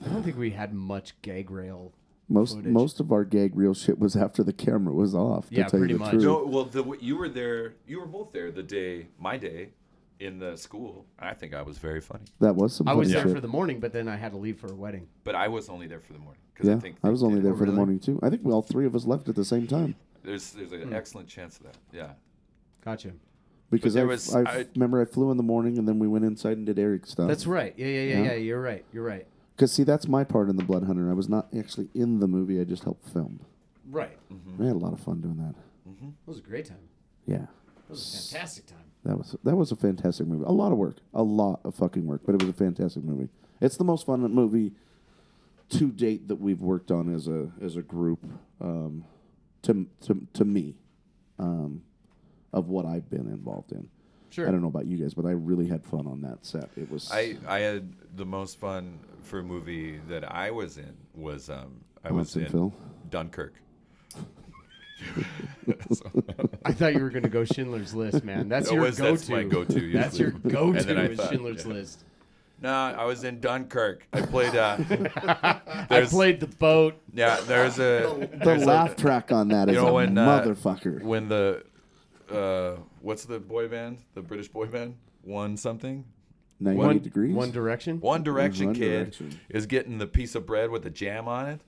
S4: I don't think we had much gag rail.
S2: Most
S4: footage.
S2: most of our gag reel shit was after the camera was off. To
S4: Yeah,
S2: tell
S4: pretty
S2: you the
S4: much.
S2: Truth.
S3: No. Well, the, you were there. You were both there the day, my day, in the school. I think I was very funny,
S2: That was some
S4: I was
S2: funny
S4: there
S2: shit.
S4: for the morning, but then I had to leave for a wedding.
S3: but I was only there for the morning because
S2: yeah,
S3: I think
S2: I,
S3: they
S2: was only
S3: did-
S2: there for
S4: Oh, really?
S2: the morning Hmm. too. I think we all three of us left at the same time
S3: There's there's an excellent chance of that. Yeah.
S4: Gotcha.
S2: because
S3: there
S2: I,
S3: was-
S2: I,
S3: I-
S2: remember I flew in the morning and then we went inside and did Eric stuff.
S4: That's right. Yeah, yeah, yeah, yeah.
S2: Oh. Yeah.
S4: You're right. You're right.
S2: Because see, that's my part in the Blood Hunter. I was not actually in the movie. I just helped film.
S4: Right.
S2: I had a lot of fun doing that.
S4: It was a great time.
S2: Yeah,
S4: It was a fantastic time.
S2: that was that was a fantastic movie. A lot of work, a lot of fucking work, but it was a fantastic movie. It's the most fun movie to date that we've worked on as a as a group. Um, to to to me, um, of what I've been involved in.
S4: Sure.
S2: I don't know about you guys, but I really had fun on that set. It was
S3: I, I had the most fun for a movie that I was in was um I was in
S2: Watsonville.
S4: <laughs>
S3: Dunkirk.
S4: I thought you were going to go Schindler's List, man. That's
S3: That
S4: your
S3: was-
S4: go-to.
S3: that's my go-to,
S4: That's your
S3: usually.
S4: go-to
S3: And then I
S4: is
S3: thought,
S4: Schindler's
S3: yeah.
S4: List.
S3: No, I was in Dunkirk. I played uh
S4: <laughs> I
S3: there's-
S4: played the boat.
S3: yeah, there's
S4: <laughs>
S3: a
S2: the laugh track on that is
S3: know
S2: a
S3: when, uh,
S2: motherfucker.
S3: when the uh what's the boy band? The British boy band? One something?
S2: 90
S3: One-
S2: degrees.
S4: One Direction.
S3: One Direction
S2: One
S3: kid
S2: Direction.
S3: is getting the piece of bread with the jam on it.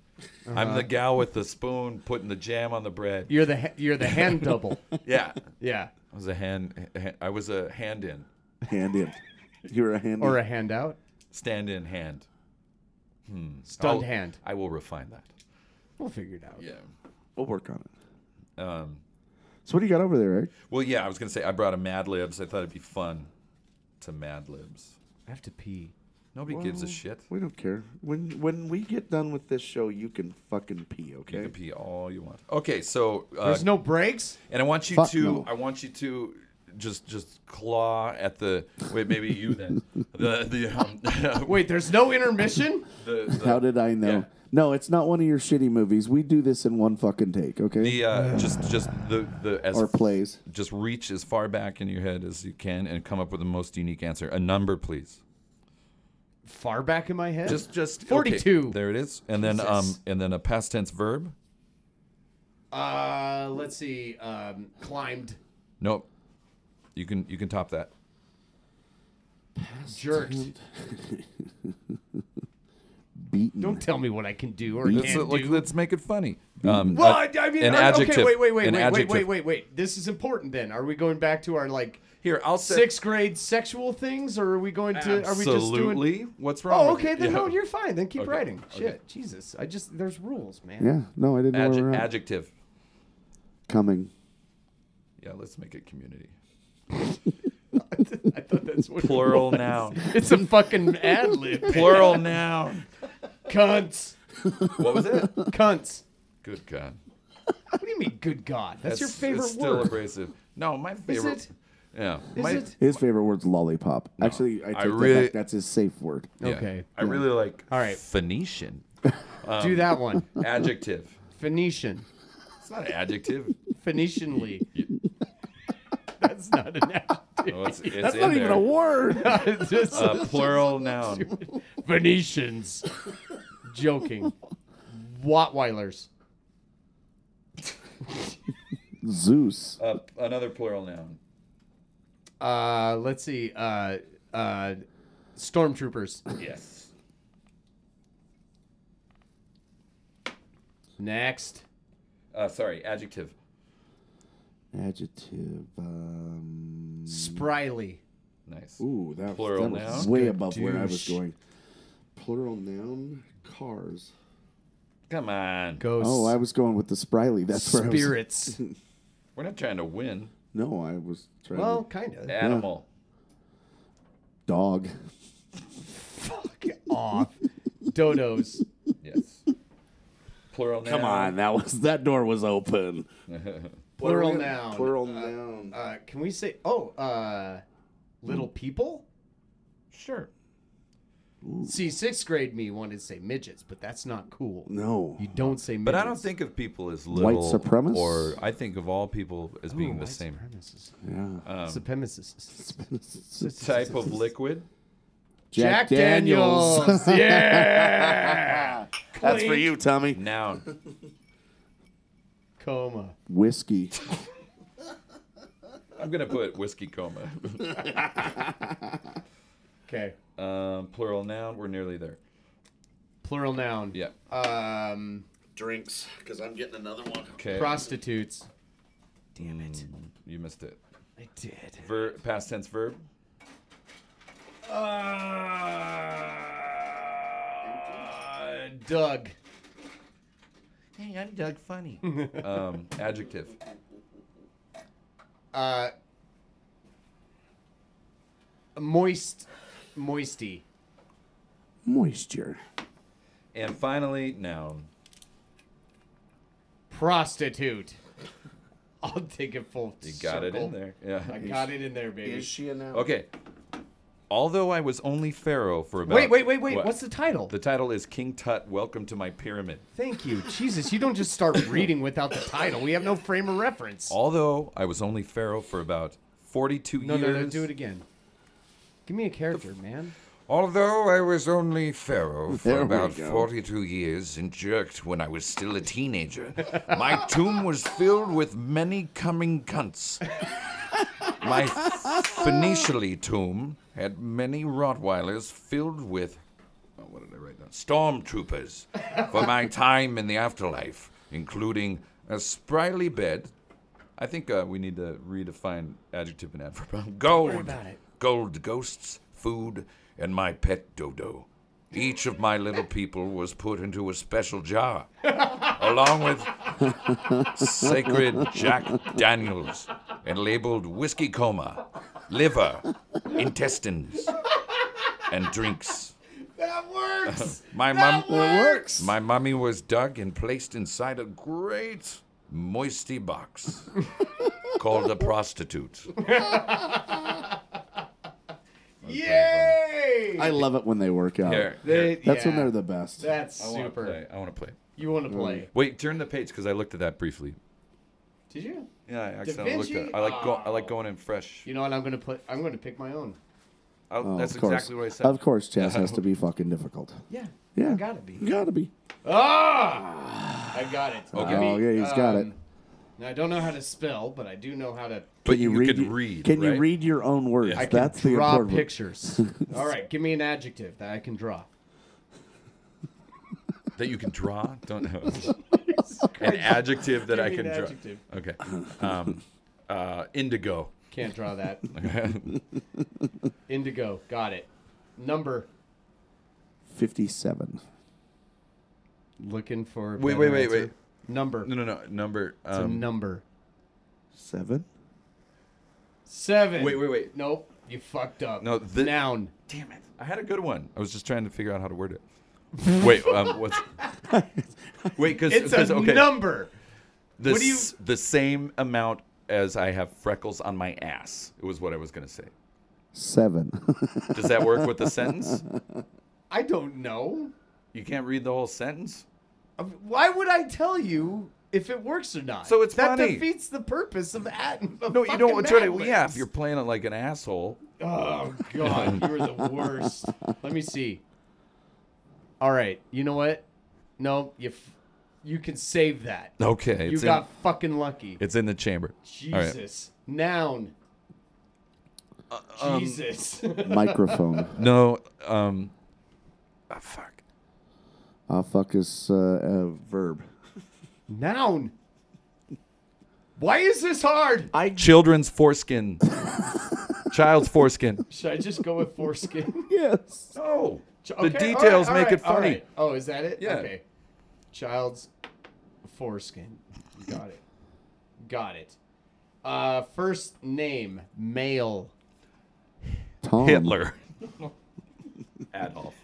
S3: I'm
S4: Uh-huh.
S3: the gal with the spoon putting the jam on the bread.
S4: You're the ha- you're
S3: <laughs>
S4: the hand double.
S3: Yeah.
S4: Yeah,
S3: I was a hand I was a hand in.
S2: hand in. You're a hand
S4: or
S2: in.
S4: a handout.
S3: Stand in hand.
S4: Stunned
S3: I'll-
S4: hand.
S3: I will refine that.
S4: We'll figure it out.
S2: We'll work on it.
S3: Um,
S2: So what do you got over there, Eric?
S3: well, yeah, I was gonna say I brought a Mad Libs. I thought it'd be fun to Mad Libs.
S4: I have to pee.
S3: Nobody gives a shit.
S2: We don't care. When when we get done with this show, you can fucking pee,
S3: You
S2: okay?
S3: can pee all you want. Okay, so uh,
S4: There's no breaks.
S3: and I want you
S2: Fuck
S3: to
S2: no.
S3: I want you to just just claw at the wait maybe you then the the um, <laughs>
S4: Wait, there's no intermission.
S3: the, the
S2: How did I know?
S3: Yeah.
S2: No, it's not one of your shitty movies. We do this in one fucking take, okay?
S3: the uh, just just the the as
S2: or plays.
S3: just reach as far back in your head as you can and come up with the most unique answer. A number, please.
S4: Far back in my head.
S3: Just just okay,
S4: 42.
S3: there it is, and then um
S4: Jesus.
S3: and then a past tense verb.
S4: uh, let's see. Um, climbed,
S3: Nope. You can you can top that.
S4: jerked.
S2: Beaten.
S4: Don't tell me what I can do or
S3: Let's,
S4: can't
S3: like,
S4: do.
S3: let's make it funny. Um,
S4: Well,
S3: uh,
S4: I, I mean,
S3: an
S4: I-
S3: adjective.
S4: okay, wait, wait, wait,
S3: an
S4: wait,
S3: adjective.
S4: wait, wait, wait, wait. This is important. Then, are we going back to our like
S3: Here, I'll say
S4: sixth grade sexual things, or are we going to? Are we just
S3: absolutely.
S4: doing?
S3: What's wrong?
S4: Oh,
S3: with
S4: okay.
S3: it?
S4: Then
S3: Yeah.
S4: no, you're fine. Then keep
S3: Okay,
S4: writing.
S3: okay.
S4: Shit, Jesus. I just there's rules, man.
S2: Yeah, no, I didn't know where we were
S3: Adj-
S2: at.
S3: adjective.
S2: Coming.
S3: Yeah, let's make it community.
S4: <laughs> I thought that's what.
S3: <laughs> Plural noun.
S4: It's a fucking ad lib.
S3: Plural noun.
S4: Cunts.
S3: What was it?
S4: Cunts.
S3: Good God.
S4: What do you mean, good God? That's, your
S3: It's-
S4: favorite
S3: it's still
S4: word.
S3: abrasive. No, my favorite.
S4: it?
S3: Yeah.
S4: Is
S3: my,
S4: it?
S2: His favorite word's lollipop. Actually, I take
S3: I
S2: that
S3: really-
S2: back. That's his safe word.
S3: yeah.
S4: Okay.
S3: I really like
S4: All right.
S3: Phoenician. Um,
S4: Do that one.
S3: Adjective.
S4: Phoenician.
S3: It's not an adjective. <laughs>
S4: Phoenicianly. That's not an adjective.
S3: No, it's, it's
S2: That's
S3: in
S2: not
S3: there.
S2: even a word.
S3: <laughs>
S4: It's just-
S3: A plural noun.
S4: Venetians. Joking. Wattweilers.
S2: Zeus.
S3: Uh, another plural noun.
S4: Uh, let's see. Uh, uh, stormtroopers.
S3: Yes.
S4: Next.
S3: Uh, sorry, adjective.
S2: Adjective. Um,
S4: Spryly.
S3: Nice.
S2: ooh, that,
S3: Plural
S2: that was
S3: noun?
S2: way above where I was
S4: Douche.
S2: going. Plural noun, cars.
S3: Come on.
S4: Ghosts.
S2: Oh, I was going with the spryly. That's where I was. <laughs>
S4: Spirits.
S3: We're not trying to win.
S2: No, I was trying
S4: well,
S2: to.
S4: kind of.
S3: Animal.
S2: Dog.
S4: Fuck off. Dodos.
S2: <laughs>
S3: Yes. Plural noun.
S2: that was that door was open.
S4: Plural noun.
S2: Plural noun.
S4: Uh, can we say? Oh, uh, little people.
S3: Sure.
S4: See, sixth grade me wanted to say midgets, but that's not cool.
S2: no.
S4: You don't say midgets.
S3: But I don't think of people as little
S2: White supremacists?
S3: or uh, I think of all people as
S4: Ooh,
S3: being the
S4: white
S3: same
S4: supremacists.
S2: Yeah.
S4: Supremacists.
S3: Um, type of liquid.
S4: Jack Daniels. <laughs> yeah.
S2: That's for you, Tommy.
S3: Noun.
S4: Coma.
S2: Whiskey.
S3: I'm gonna put whiskey coma. <laughs>
S4: Okay.
S3: Um, plural noun. We're nearly there.
S4: Plural noun.
S3: Yeah.
S4: Um,
S5: Drinks, because I'm getting another one.
S3: Okay. Mm,
S4: prostitutes. Damn it.
S3: you missed it.
S4: I did.
S3: Ver- past tense verb.
S4: Uh, Doug.
S3: Hey, I'm Doug Funny. um, adjective.
S4: Uh, moist. Moisty.
S2: Moisture.
S3: And finally, noun.
S4: Prostitute. I'll take it full.
S3: You got it in there. Yeah.
S4: I got it in there, baby.
S2: she a noun?
S3: Okay. Although I was only pharaoh for about.
S4: Wait, wait, wait, wait.
S3: What?
S4: What's the title?
S3: The title is King Tut. Welcome to my pyramid.
S4: Thank you. Jesus, you don't just start reading without the title. We have no frame of reference.
S3: Although I was only pharaoh for about 42
S4: no,
S3: years.
S4: no, no. Do it again. Give me a character, man.
S6: Although I was only pharaoh for
S2: There we
S6: about
S2: go.
S6: 42 years and jerked when I was still a teenager, my tomb was filled with many coming
S2: <laughs>
S6: cunts. My Phoenicially tomb had many Rottweilers filled with oh, what did I write down? <laughs> Stormtroopers for my time in the afterlife, including a spryly bed.
S3: I think uh, we need to redefine adjective and
S6: <laughs>
S3: adverb.
S6: Gold,
S4: about it.
S6: gold ghosts, food, and my pet dodo. Each of my little people was put into a special <laughs> jar, along with sacred Jack Daniels, and labeled whiskey coma, liver, intestines, and drinks.
S4: That
S3: <laughs>
S4: works.
S6: My mum.
S2: It works.
S6: My mummy was dug and placed inside a great moisty box
S3: <laughs>
S6: called a prostitute.
S4: Yay!
S2: I love it when they work out.
S3: Here.
S4: They-
S2: That's when
S4: yeah.
S2: they're the best.
S4: That's
S3: I wanna
S4: super.
S3: play. I want to play.
S4: You want to
S2: Mm.
S4: play?
S3: Wait, turn the page because I looked at that briefly.
S4: Did you?
S3: Yeah, I
S4: accidentally looked
S3: looked
S4: Vinci?
S3: at. I like go, I
S4: Oh.
S3: like going in fresh.
S4: You know what? I'm gonna put. I'm gonna pick my own.
S3: I,
S2: Oh,
S3: that's
S2: of course.
S3: exactly what I said.
S2: Of course,
S3: <laughs>
S2: jazz has to be fucking difficult.
S4: Yeah.
S2: Yeah.
S4: Gotta be.
S2: Gotta be.
S4: Ah! I got it.
S3: Okay.
S4: Give me, um,
S2: Oh, yeah, he's got it.
S4: Now I don't know how to spell, but I do know how to
S3: But you,
S2: read
S3: can
S2: y-
S3: read.
S2: Can you
S3: right?
S2: read your own words?
S3: I
S4: can
S2: That's the
S4: draw
S2: important. <laughs>
S4: pictures. All right, give me an adjective that I can draw.
S3: that you can draw? Don't
S2: <laughs>
S3: know. An adjective that
S4: Give
S3: I
S4: me
S3: can
S4: an
S3: draw.
S4: adjective.
S3: Okay. Um, uh, indigo. <laughs>
S4: Can't draw that. Indigo. Got it. Number.
S2: Fifty-seven.
S4: Looking for. a
S3: Wait,
S4: better
S3: wait, wait,
S4: answer.
S3: wait.
S4: Number.
S3: No, no, no. Number.
S4: It's a
S3: Um,
S4: number.
S2: Seven.
S4: Seven.
S3: Wait, wait, wait.
S4: Nope. You fucked up.
S3: No, the- <laughs>
S4: noun.
S3: Damn it! I had a good one. I was just trying to figure out how to word <laughs> it. Wait, um, what's? Wait, because
S4: It's a
S3: <laughs> okay.
S4: number.
S3: The,
S4: What do you-
S3: s- the same amount as I have freckles on my ass. It was what I was going to say.
S2: Seven. <laughs>
S3: Does that work with the sentence?
S4: I don't know.
S3: You can't read the whole sentence.
S4: Why would I tell you if it works or not?
S3: So it's
S4: that
S3: funny.
S4: defeats the purpose of at. Of
S3: No, you don't
S4: fucking
S3: want to.
S4: Mad
S3: Yeah, if
S4: Libs.
S3: you're playing it like an asshole.
S4: Oh God, you are the worst. Let me see. All right, you know what? No, you f- you can save that.
S3: Okay,
S4: you
S3: it's
S4: got fucking lucky.
S3: in, it's in the chamber. All right. Uh,
S4: Jesus, noun.
S3: um, <laughs>
S4: Jesus. <laughs>
S2: <laughs> Microphone.
S3: No, um, ah, fuck.
S2: Ah, fuck is uh, a verb.
S4: Noun. Why is this hard?
S3: Children's <laughs> foreskin. Child's foreskin.
S4: Should I just go
S3: <laughs>
S4: with foreskin?
S2: Yes.
S3: No,
S4: Ch-
S3: the
S4: okay, all right,
S3: details
S4: all
S3: make
S4: right,
S3: it
S4: all
S3: funny.
S4: right. Oh, is that it?
S3: Yeah.
S4: Okay. Child's foreskin. Got it. Got it. Uh, first name male.
S2: Tom.
S3: Hitler. Adolf.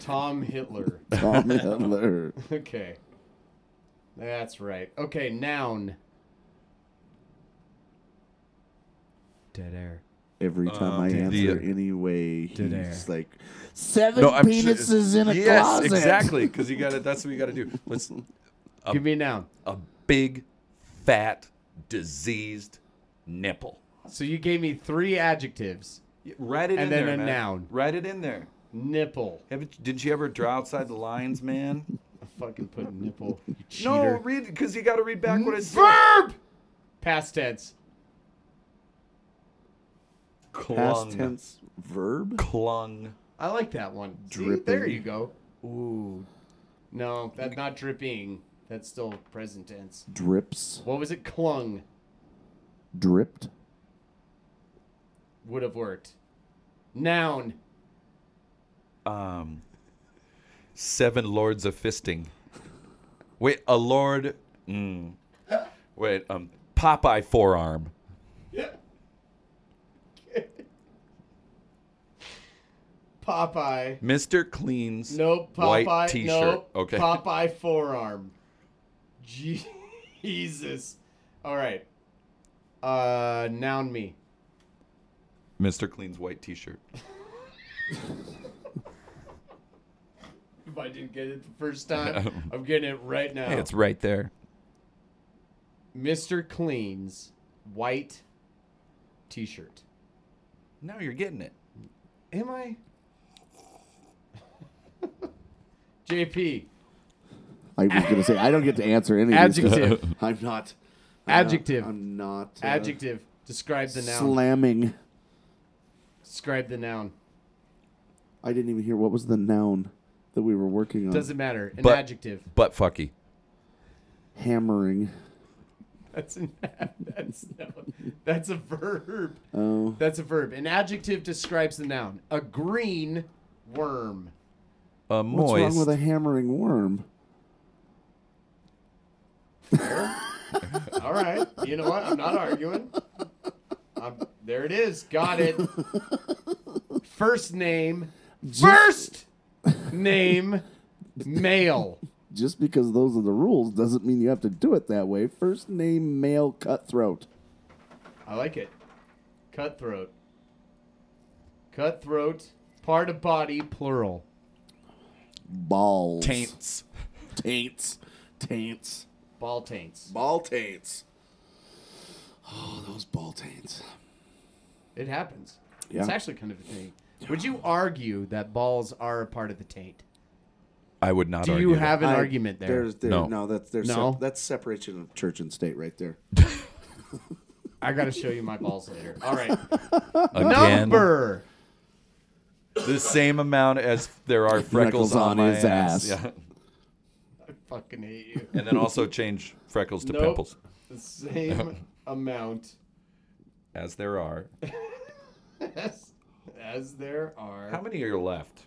S4: Tom Hitler.
S2: <laughs>
S4: <laughs>
S2: Tom Hitler.
S4: okay. That's right. Okay, noun. Dead air.
S2: Every time I
S3: Uh, the-
S2: answer anyway,
S4: Did-air.
S2: he's like, seven
S3: No, I'm sure-
S2: penises in a
S3: yes,
S2: closet.
S3: exactly. Because you got
S2: <laughs>
S3: to. That's what you got to do. Let's
S4: Give me a noun.
S3: a big, fat, diseased nipple.
S4: So you gave me three adjectives.
S3: Write it
S4: And
S3: in
S4: then
S3: there,
S4: a
S3: man.
S4: noun.
S3: Write it in there.
S4: Nipple.
S3: Haven't, did you ever draw outside the lines, man?
S4: I fucking put nipple. You
S3: <laughs>
S4: cheater.
S3: no, read because you got to read back what it said.
S4: Verb. Past tense.
S2: Past
S3: Clung,
S2: tense verb?
S3: clung.
S4: I like that one. See,
S2: Dripping.
S4: there you go. Ooh. No, that's not dripping. That's still present tense.
S2: Drips.
S4: What was it? Clung
S2: Dripped.
S4: would have worked. Noun. <laughs>
S3: Um, seven lords of fisting. Wait, a lord. Mm, wait, um, Popeye forearm.
S4: Popeye.
S3: Mister Clean's
S4: Nope. Popeye.
S3: white T-shirt.
S4: Nope.
S3: Okay.
S4: Popeye forearm. <laughs> Jesus. All right. Uh, noun me.
S3: Mister Clean's white T-shirt.
S4: If I didn't get it the first time, I'm getting it right now.
S3: Hey, it's right there.
S4: Mr. Clean's white T-shirt.
S3: Now you're getting it.
S4: Am I? <laughs> JP.
S2: I was going to say, I don't get to answer any of these 'cause
S3: <laughs>
S2: <laughs>
S4: Adjective.
S2: I'm not. I'm not-
S4: Adjective.
S2: I'm not. uh,
S4: Adjective. Describe the noun.
S2: Slamming.
S4: Describe the noun.
S2: I didn't even hear what was the noun that we were working on.
S4: Doesn't matter. An
S3: Mm. But-
S4: adjective. <laughs>
S3: Butt fucky.
S2: Hammering.
S4: That's an that's no, that's a verb.
S2: Oh,
S4: That's a verb. An adjective describes the noun. A green worm.
S3: A
S2: what's
S3: moist.
S2: wrong with a hammering worm?
S4: All right. You know what? I'm not arguing. I'm, there it is. Got it. First name. First name. Male.
S2: Just because those are the rules doesn't mean you have to do it that way. First name male cutthroat.
S4: I like it. Cutthroat. Cutthroat. Part of body. Plural.
S2: Balls.
S3: taints.
S2: Taints. Taints.
S4: Ball taints.
S2: Ball taints. Oh, those ball taints.
S4: It happens. It's
S2: Yeah.
S4: actually kind of a thing. Would you argue that balls are a part of the taint?
S3: I would not
S4: Do
S3: argue.
S4: you
S3: that.
S4: have an
S2: I-
S4: argument there?
S2: There's, there,
S3: No.
S2: no. that's there's
S4: No?
S2: sep- that's separation of church and state right there.
S4: I gotta show you my balls later.
S2: <laughs>
S4: All right.
S3: Again,
S4: Number.
S3: the same amount as there are freckles,
S2: Freckles on
S3: my
S2: his ass.
S3: Yeah.
S4: I fucking hate you.
S3: And then also change freckles to
S4: Nope.
S3: pimples,
S4: The same amount
S3: as there are.
S4: as, as there are.
S3: How many are left?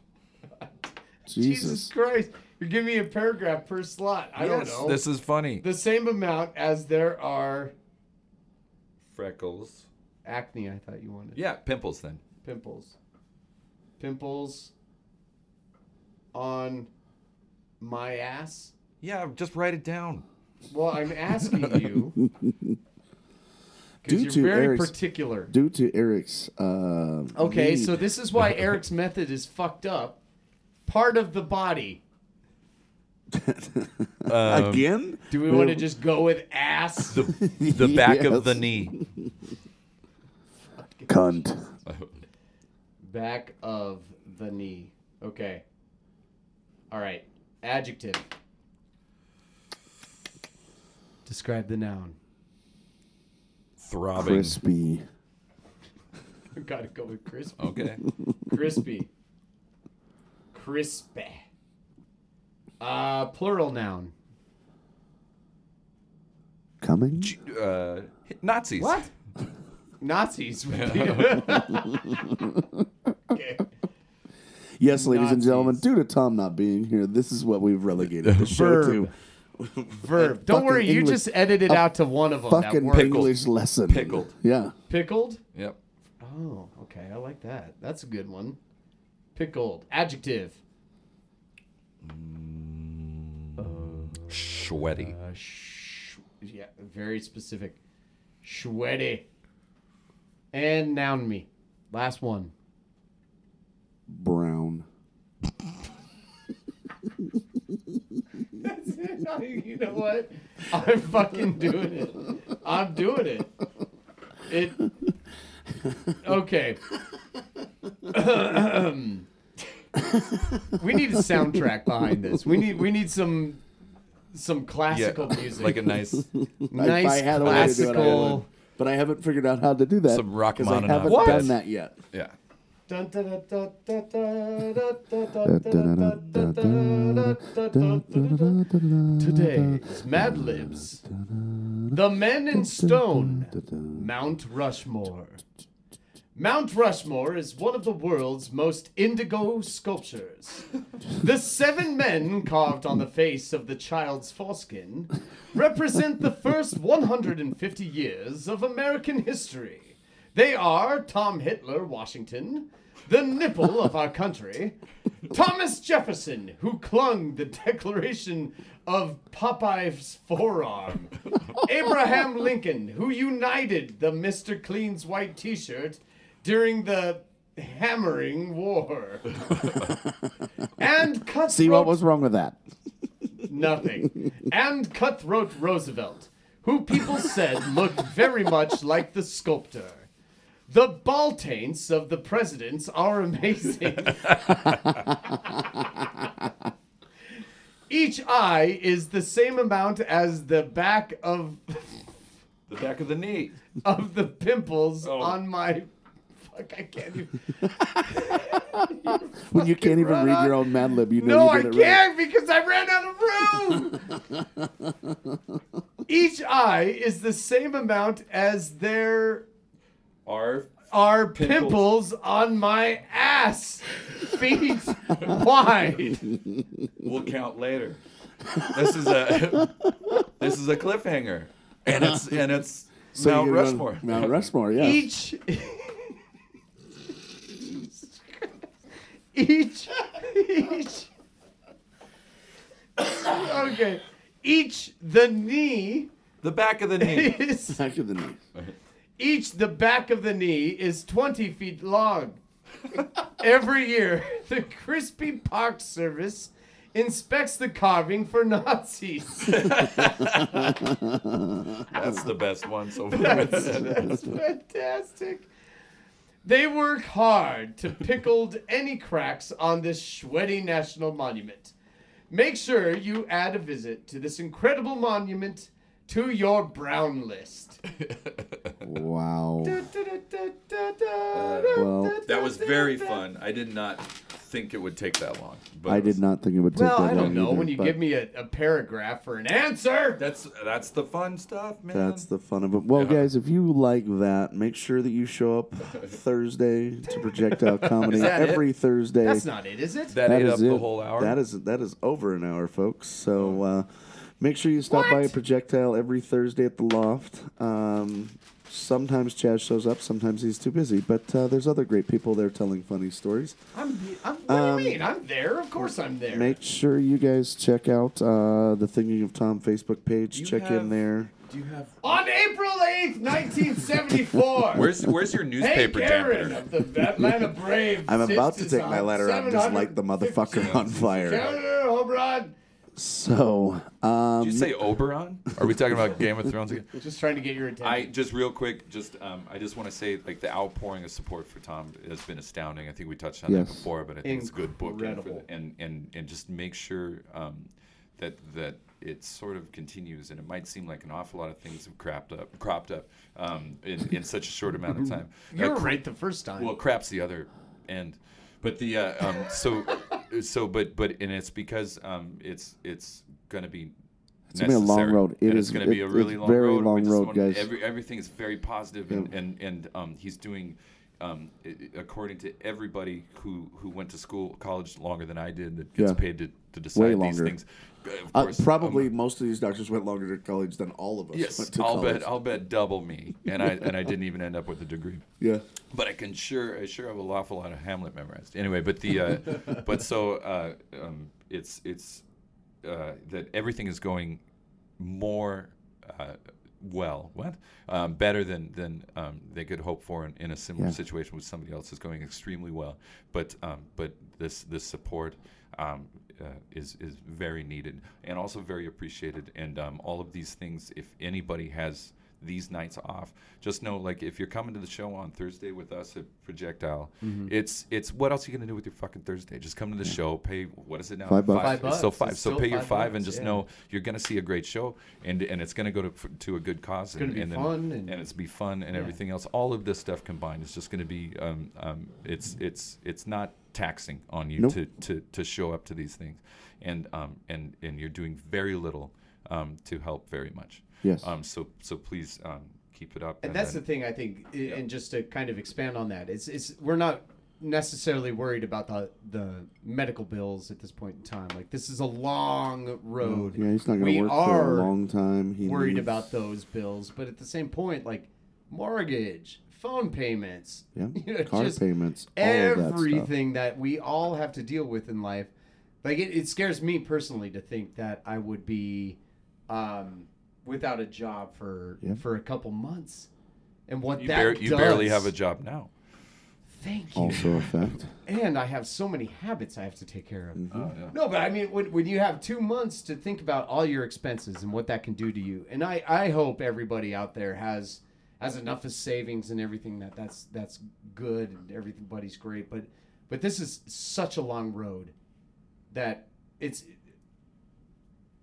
S2: Jesus.
S4: Jesus. Christ. You're giving me a paragraph per slot. I don't know.
S3: This is funny.
S4: the same amount as there are
S3: Freckles.
S4: acne, I thought you wanted.
S3: Yeah, pimples then.
S4: Pimples. Pimples on my ass.
S3: Yeah, just write it down.
S4: Well, I'm asking you
S2: Due
S4: because you're
S2: to
S4: very
S2: Eric's-
S4: particular.
S2: Due to Eric's. Uh,
S4: Okay,
S2: need-
S4: so this is why Eric's method is fucked up. Part of the body.
S2: <laughs> again.
S4: Do we want to just go with ass?
S3: Uh, The back of the
S2: Yes. <laughs>
S3: knee.
S2: Cunt.
S4: Back of the knee. Okay. All right. Adjective. Describe the noun.
S3: Throbbing.
S2: Crispy.
S4: <laughs> Gotta go with crispy.
S3: Okay.
S4: Crispy. Crispy. Uh, plural noun.
S2: Coming.
S3: Uh, Nazis.
S4: What? Nazis. <laughs> would be- okay.
S2: Yes, ladies and
S4: Nazis.
S2: gentlemen, due to Tom not being here, this is what we've relegated the show to.
S4: Verb. Verb. Don't
S2: Fucking
S4: worry, you
S2: English-
S4: just edited out to one of them. that
S2: Fucking
S4: worked.
S2: English lesson.
S3: Pickled.
S2: Yeah.
S4: Pickled?
S3: Yep.
S4: Oh, okay. I like that. That's a good one. Pickled. Adjective.
S3: Sweaty.
S4: Uh, sh- yeah, very specific. Sweaty. And noun me. Last <laughs> one.
S2: Brown.
S4: you know what? <laughs> I'm fucking doing it. I'm doing it. It. Okay. <coughs> we need a soundtrack behind this. We need we need some some classical music,
S3: Like a
S2: <laughs>
S3: nice.
S4: nice
S2: I had a way to do it, I
S4: classical.
S2: would. But I haven't figured out how to do that.
S6: Some rock
S2: 'cause I
S6: Rachmaninoff.
S2: haven't
S6: What?
S2: done that yet.
S3: Yeah.
S4: Dun, dun, dun, dun, dun, dun, dun, dun, dun, dun, dun, dun, dun, dun, dun. Today is Mad Libs. The Men in Stone. Mount Rushmore. Mount Rushmore is one of the world's most indigo sculptures. The seven men carved on the face of the child's foreskin represent the first 150 years of American history. They are Tom Hitler Washington, the nipple of our country, Thomas Jefferson, who clung the Declaration of Popeye's forearm, Abraham Lincoln, who united the Mr. Clean's white t shirt during the Hammering War. and cutthroat
S2: See what was wrong with that?
S4: nothing. And Cutthroat Roosevelt, who people said looked very much like the sculptor. The ball taints of the presidents are amazing. Each eye is the same amount as the back of
S3: The back of the knee.
S4: of the pimples on my fuck I can't even
S2: When you can't even
S4: Right
S2: read
S4: on.
S2: your own Mad Lib, you know
S4: No,
S2: you
S4: I
S2: did
S4: can't
S2: it right.
S4: because I ran out of room. Each eye is the same amount as there
S3: Are
S4: are pimples, on my ass, feet wide.
S3: We'll count later. This is a <laughs> this is a cliffhanger, and it's and it's
S2: So
S3: Mount
S2: you go to
S3: Rushmore.
S2: Mount
S4: <laughs>
S2: Rushmore, yeah.
S4: Each. each. Each. <coughs> okay. Each the knee
S3: The back of the
S2: <laughs>
S3: knee.
S4: is
S2: Back of the knee.
S4: Each the back of the knee is 20 feet long. Every year, the Crispy Park Service inspects the carving for Nazis.
S3: <laughs> That's the best one so far.
S2: <laughs>
S4: That's fantastic. They work hard to pickled any cracks on this sweaty national monument. Make sure you add a visit to this incredible monument to your brown list.
S2: Wow. well,
S3: Uh, That was very fun. I did not think it would take that long. But
S2: I
S3: it was-
S2: did not think it would take
S4: Well,
S2: that
S4: I
S2: long
S4: don't know.
S2: either,
S4: when you
S2: but
S4: give me a, a paragraph for an answer,
S3: That's that's the fun stuff, man.
S2: That's the fun of it. Well, guys, if you like that, make sure that you show up Thursday to
S3: <laughs>
S2: Projectile Comedy
S3: that it?
S2: every Thursday.
S4: that's not it, is it?
S3: that,
S2: That
S3: ate
S2: is
S3: up
S2: it.
S3: the whole hour. Oh.
S2: That is that is over an hour, folks. So uh, make sure you stop by a projectile every Thursday at the loft. Um, Sometimes Chad shows up, sometimes he's too busy, but uh, there's other great people there telling funny stories.
S4: I'm, I'm what do you mean? I'm there. Of course I'm there.
S2: Um, Make sure you guys check out uh, the Thinking of Tom Facebook page.
S3: You
S2: check in
S3: have-
S2: there.
S3: Do you have?
S4: On April
S2: <laughs>
S4: 8th, 1974.
S3: Where's Where's your
S4: <laughs> Hey,
S3: newspaper
S4: Karen
S3: dampener?
S4: of the Atlanta Braves.
S2: I'm about to
S4: sits
S2: take
S4: on
S2: my ladder out and just light the
S4: 750
S2: motherfucker
S4: <laughs>
S2: on fire.
S4: Counter home run.
S2: So, um,
S3: Did you say Oberon? Are we talking about Game of Thrones again?
S4: Just trying to get your attention.
S3: I just real quick, just um, I just want to say like the outpouring of support for Tom has been astounding. I think we touched on
S2: Yes.
S3: that before, but I think it's a good book, and, for
S4: Incredible.
S3: the- and and and just make sure um, that that it sort of continues. And it might seem like an awful lot of things have cropped up, cropped up um, in in such a short amount of time. Uh,
S4: you were
S3: cr-
S4: right the first time.
S3: well, crap's the other end, but the uh, um, so <laughs> so but but and it's because um, it's it's gonna be. It's
S2: gonna be a long road. It
S3: and
S2: is-
S3: it's going to be
S2: it-
S3: a
S2: it's
S3: really long
S2: very
S3: road. We
S2: long
S3: just
S2: road,
S3: wanna-
S2: guys.
S3: Every, everything is very positive and and and um, he's doing. Um, i- i- according to everybody who, who went to school college longer than I did, that gets
S2: Yeah.
S3: paid to, to
S2: Way
S3: decide these
S2: longer.
S3: things. Uh, Of
S2: uh,
S3: course, um,
S2: probably most of these doctors went longer to college than all of us.
S3: yes.
S2: went to
S3: I'll
S2: college.
S3: bet I'll bet double me, and I and I didn't even end up with a degree
S2: Yeah.
S3: but I can sure I sure have an awful lot of Hamlet memorized. Anyway, but the uh, but so uh, um, it's it's uh, that everything is going more uh, well, what um, better than than um, they could hope for in, in a similar situation with somebody else is going extremely well. But um, but this this support. Um, uh, is is very needed and also very appreciated. And um, all of these things, if anybody has these nights off. Just know, like, if you're coming to the show on Thursday with us at Projectile,
S2: Mm-hmm.
S3: it's it's what else are you gonna do with your fucking Thursday? Just come to the show, pay what is it now?
S2: Five bucks.
S4: Five bucks.
S3: So five.
S4: It's
S3: so
S4: still
S3: pay your
S4: five
S3: five
S4: bucks,
S3: and just
S4: yeah.
S3: know you're gonna see a great show, and and it's gonna go to f- to a good cause. It's and,
S4: gonna
S3: and
S4: be fun
S3: then,
S4: and-
S3: it's be fun and everything else. All of this stuff combined is just gonna be um, um it's it's it's not taxing on you
S2: Nope.
S3: to, to to show up to these things, and um and and you're doing very little. Um, to help very much.
S2: Yes.
S3: Um, so so please um, keep it up.
S4: and that's the thing I think, i- and just to kind of expand on that, it's it's we're not necessarily worried about the the medical bills at this point in time. Like this is a long road.
S2: Oh, Yeah, he's not going
S4: Oh, We
S2: to work for
S4: are
S2: a long time. He
S4: worried
S2: needs-
S4: about those bills, but at the same point, like mortgage, phone payments,
S2: <laughs> Yeah,
S4: <laughs> you know,
S2: car
S4: just
S2: payments, all of that stuff.
S4: everything that, we all have to deal with in life. Like it, it scares me personally to think that I would be um, without a job for
S2: Yeah.
S4: for a couple months, and what
S3: you,
S4: that
S3: bar- you barely
S4: does-
S3: have a job now.
S4: Thank you.
S2: Also a fact.
S4: And I have so many habits I have to take care of.
S2: Oh,
S4: No, but I mean, when, when you have two months to think about all your expenses and what that can do to you, and I, I hope everybody out there has has enough of savings and everything that that's that's good and everybody's great. But but this is such a long road that it's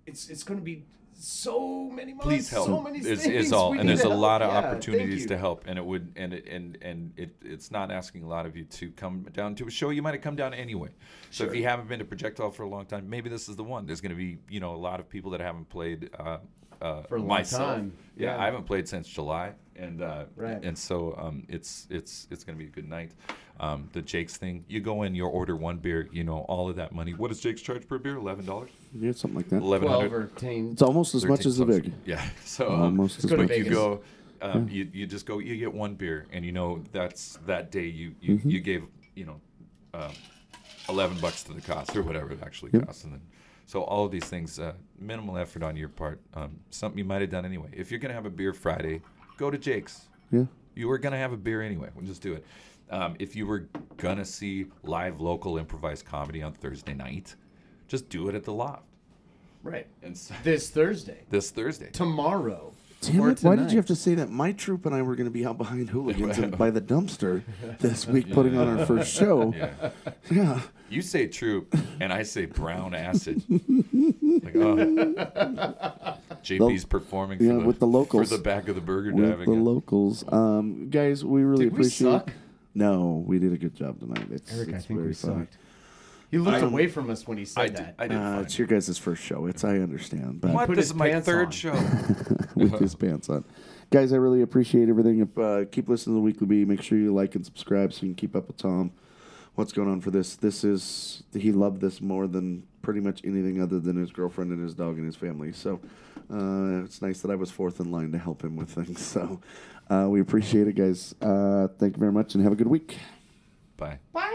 S4: it's it's going to be so many months.
S3: Please help
S4: So many
S3: is,
S4: things
S3: is all,
S4: we
S3: and
S4: need
S3: there's a
S4: help.
S3: lot of
S4: Yeah, thank
S3: opportunities
S4: you.
S3: to help, and it would and it, and and it, it's not asking a lot of you to come down to a show. You might have come down anyway. So if you haven't been to Projectile for a long time, maybe this is the one. There's going to be you know a lot of people that haven't played uh, uh,
S4: For a long
S3: myself.
S4: time.
S3: Yeah,
S4: Yeah.
S3: I haven't played since July, and uh,
S4: Right.
S3: and so um, it's it's it's going to be a good night. Um, the Jake's thing, you go in, you order one beer, you know all of that money. What does Jake's charge per beer? Eleven dollars.
S2: Yeah, something like that.
S3: Eleven
S4: Twelve
S3: hundred.
S4: or ten.
S2: It's almost as much
S3: 13
S2: as the
S3: clubs.
S2: big.
S3: Yeah. <laughs> So um,
S2: Almost as
S4: go to
S2: much.
S3: you
S4: Vegas.
S3: go. Um, you, you just go. You get one beer, and you know that's that day. You you, you gave you know uh, eleven bucks to the cost or whatever it actually costs, and then so all of these things, uh, minimal effort on your part, um, something you might have done anyway. If you're gonna have a beer Friday, go to Jake's.
S2: Yeah.
S3: You were gonna have a beer anyway. We'll just do it. Um, if you were gonna see live local improvised comedy on Thursday night, just do it at the loft.
S4: Right.
S3: And <laughs> so,
S4: This Thursday.
S3: this Thursday.
S4: Tomorrow.
S2: Damn
S4: or
S2: it, why did
S4: tonight.
S2: you have to say that? My troop and I were going to be out behind hooligans
S3: <laughs>
S2: and by the dumpster this week putting on our first show. Yeah.
S3: Yeah. You say troop, and I say brown acid. like, oh. JP's performing for
S2: yeah,
S3: the,
S2: with the locals.
S3: for the back of the burger
S2: With
S3: dive
S2: the
S3: again.
S2: locals. Um, guys, we really
S4: Did we
S2: appreciate
S4: suck?
S2: No, we did a good job tonight. It's,
S4: Eric, I
S2: it's
S4: think
S2: very
S4: we
S2: funny.
S4: sucked. He looked away from us when he said
S3: I did.
S4: that.
S3: I did.
S2: Uh,
S3: fine.
S2: it's your guys' first show. It's I understand, but
S3: what?
S4: put
S3: This
S4: his
S3: is my
S4: pants
S3: third
S4: on.
S3: show.
S2: <laughs> with his pants on. Guys, I really appreciate everything. Uh, keep listening to the Weekly Bee. Make sure you like and subscribe so you can keep up with Tom. What's going on for this? This is he loved this more than pretty much anything other than his girlfriend and his dog and his family. So Uh, it's nice that I was fourth in line to help him with things. <laughs> So uh, we appreciate it, guys. Uh, thank you very much and have a good week.
S3: Bye.
S4: Bye.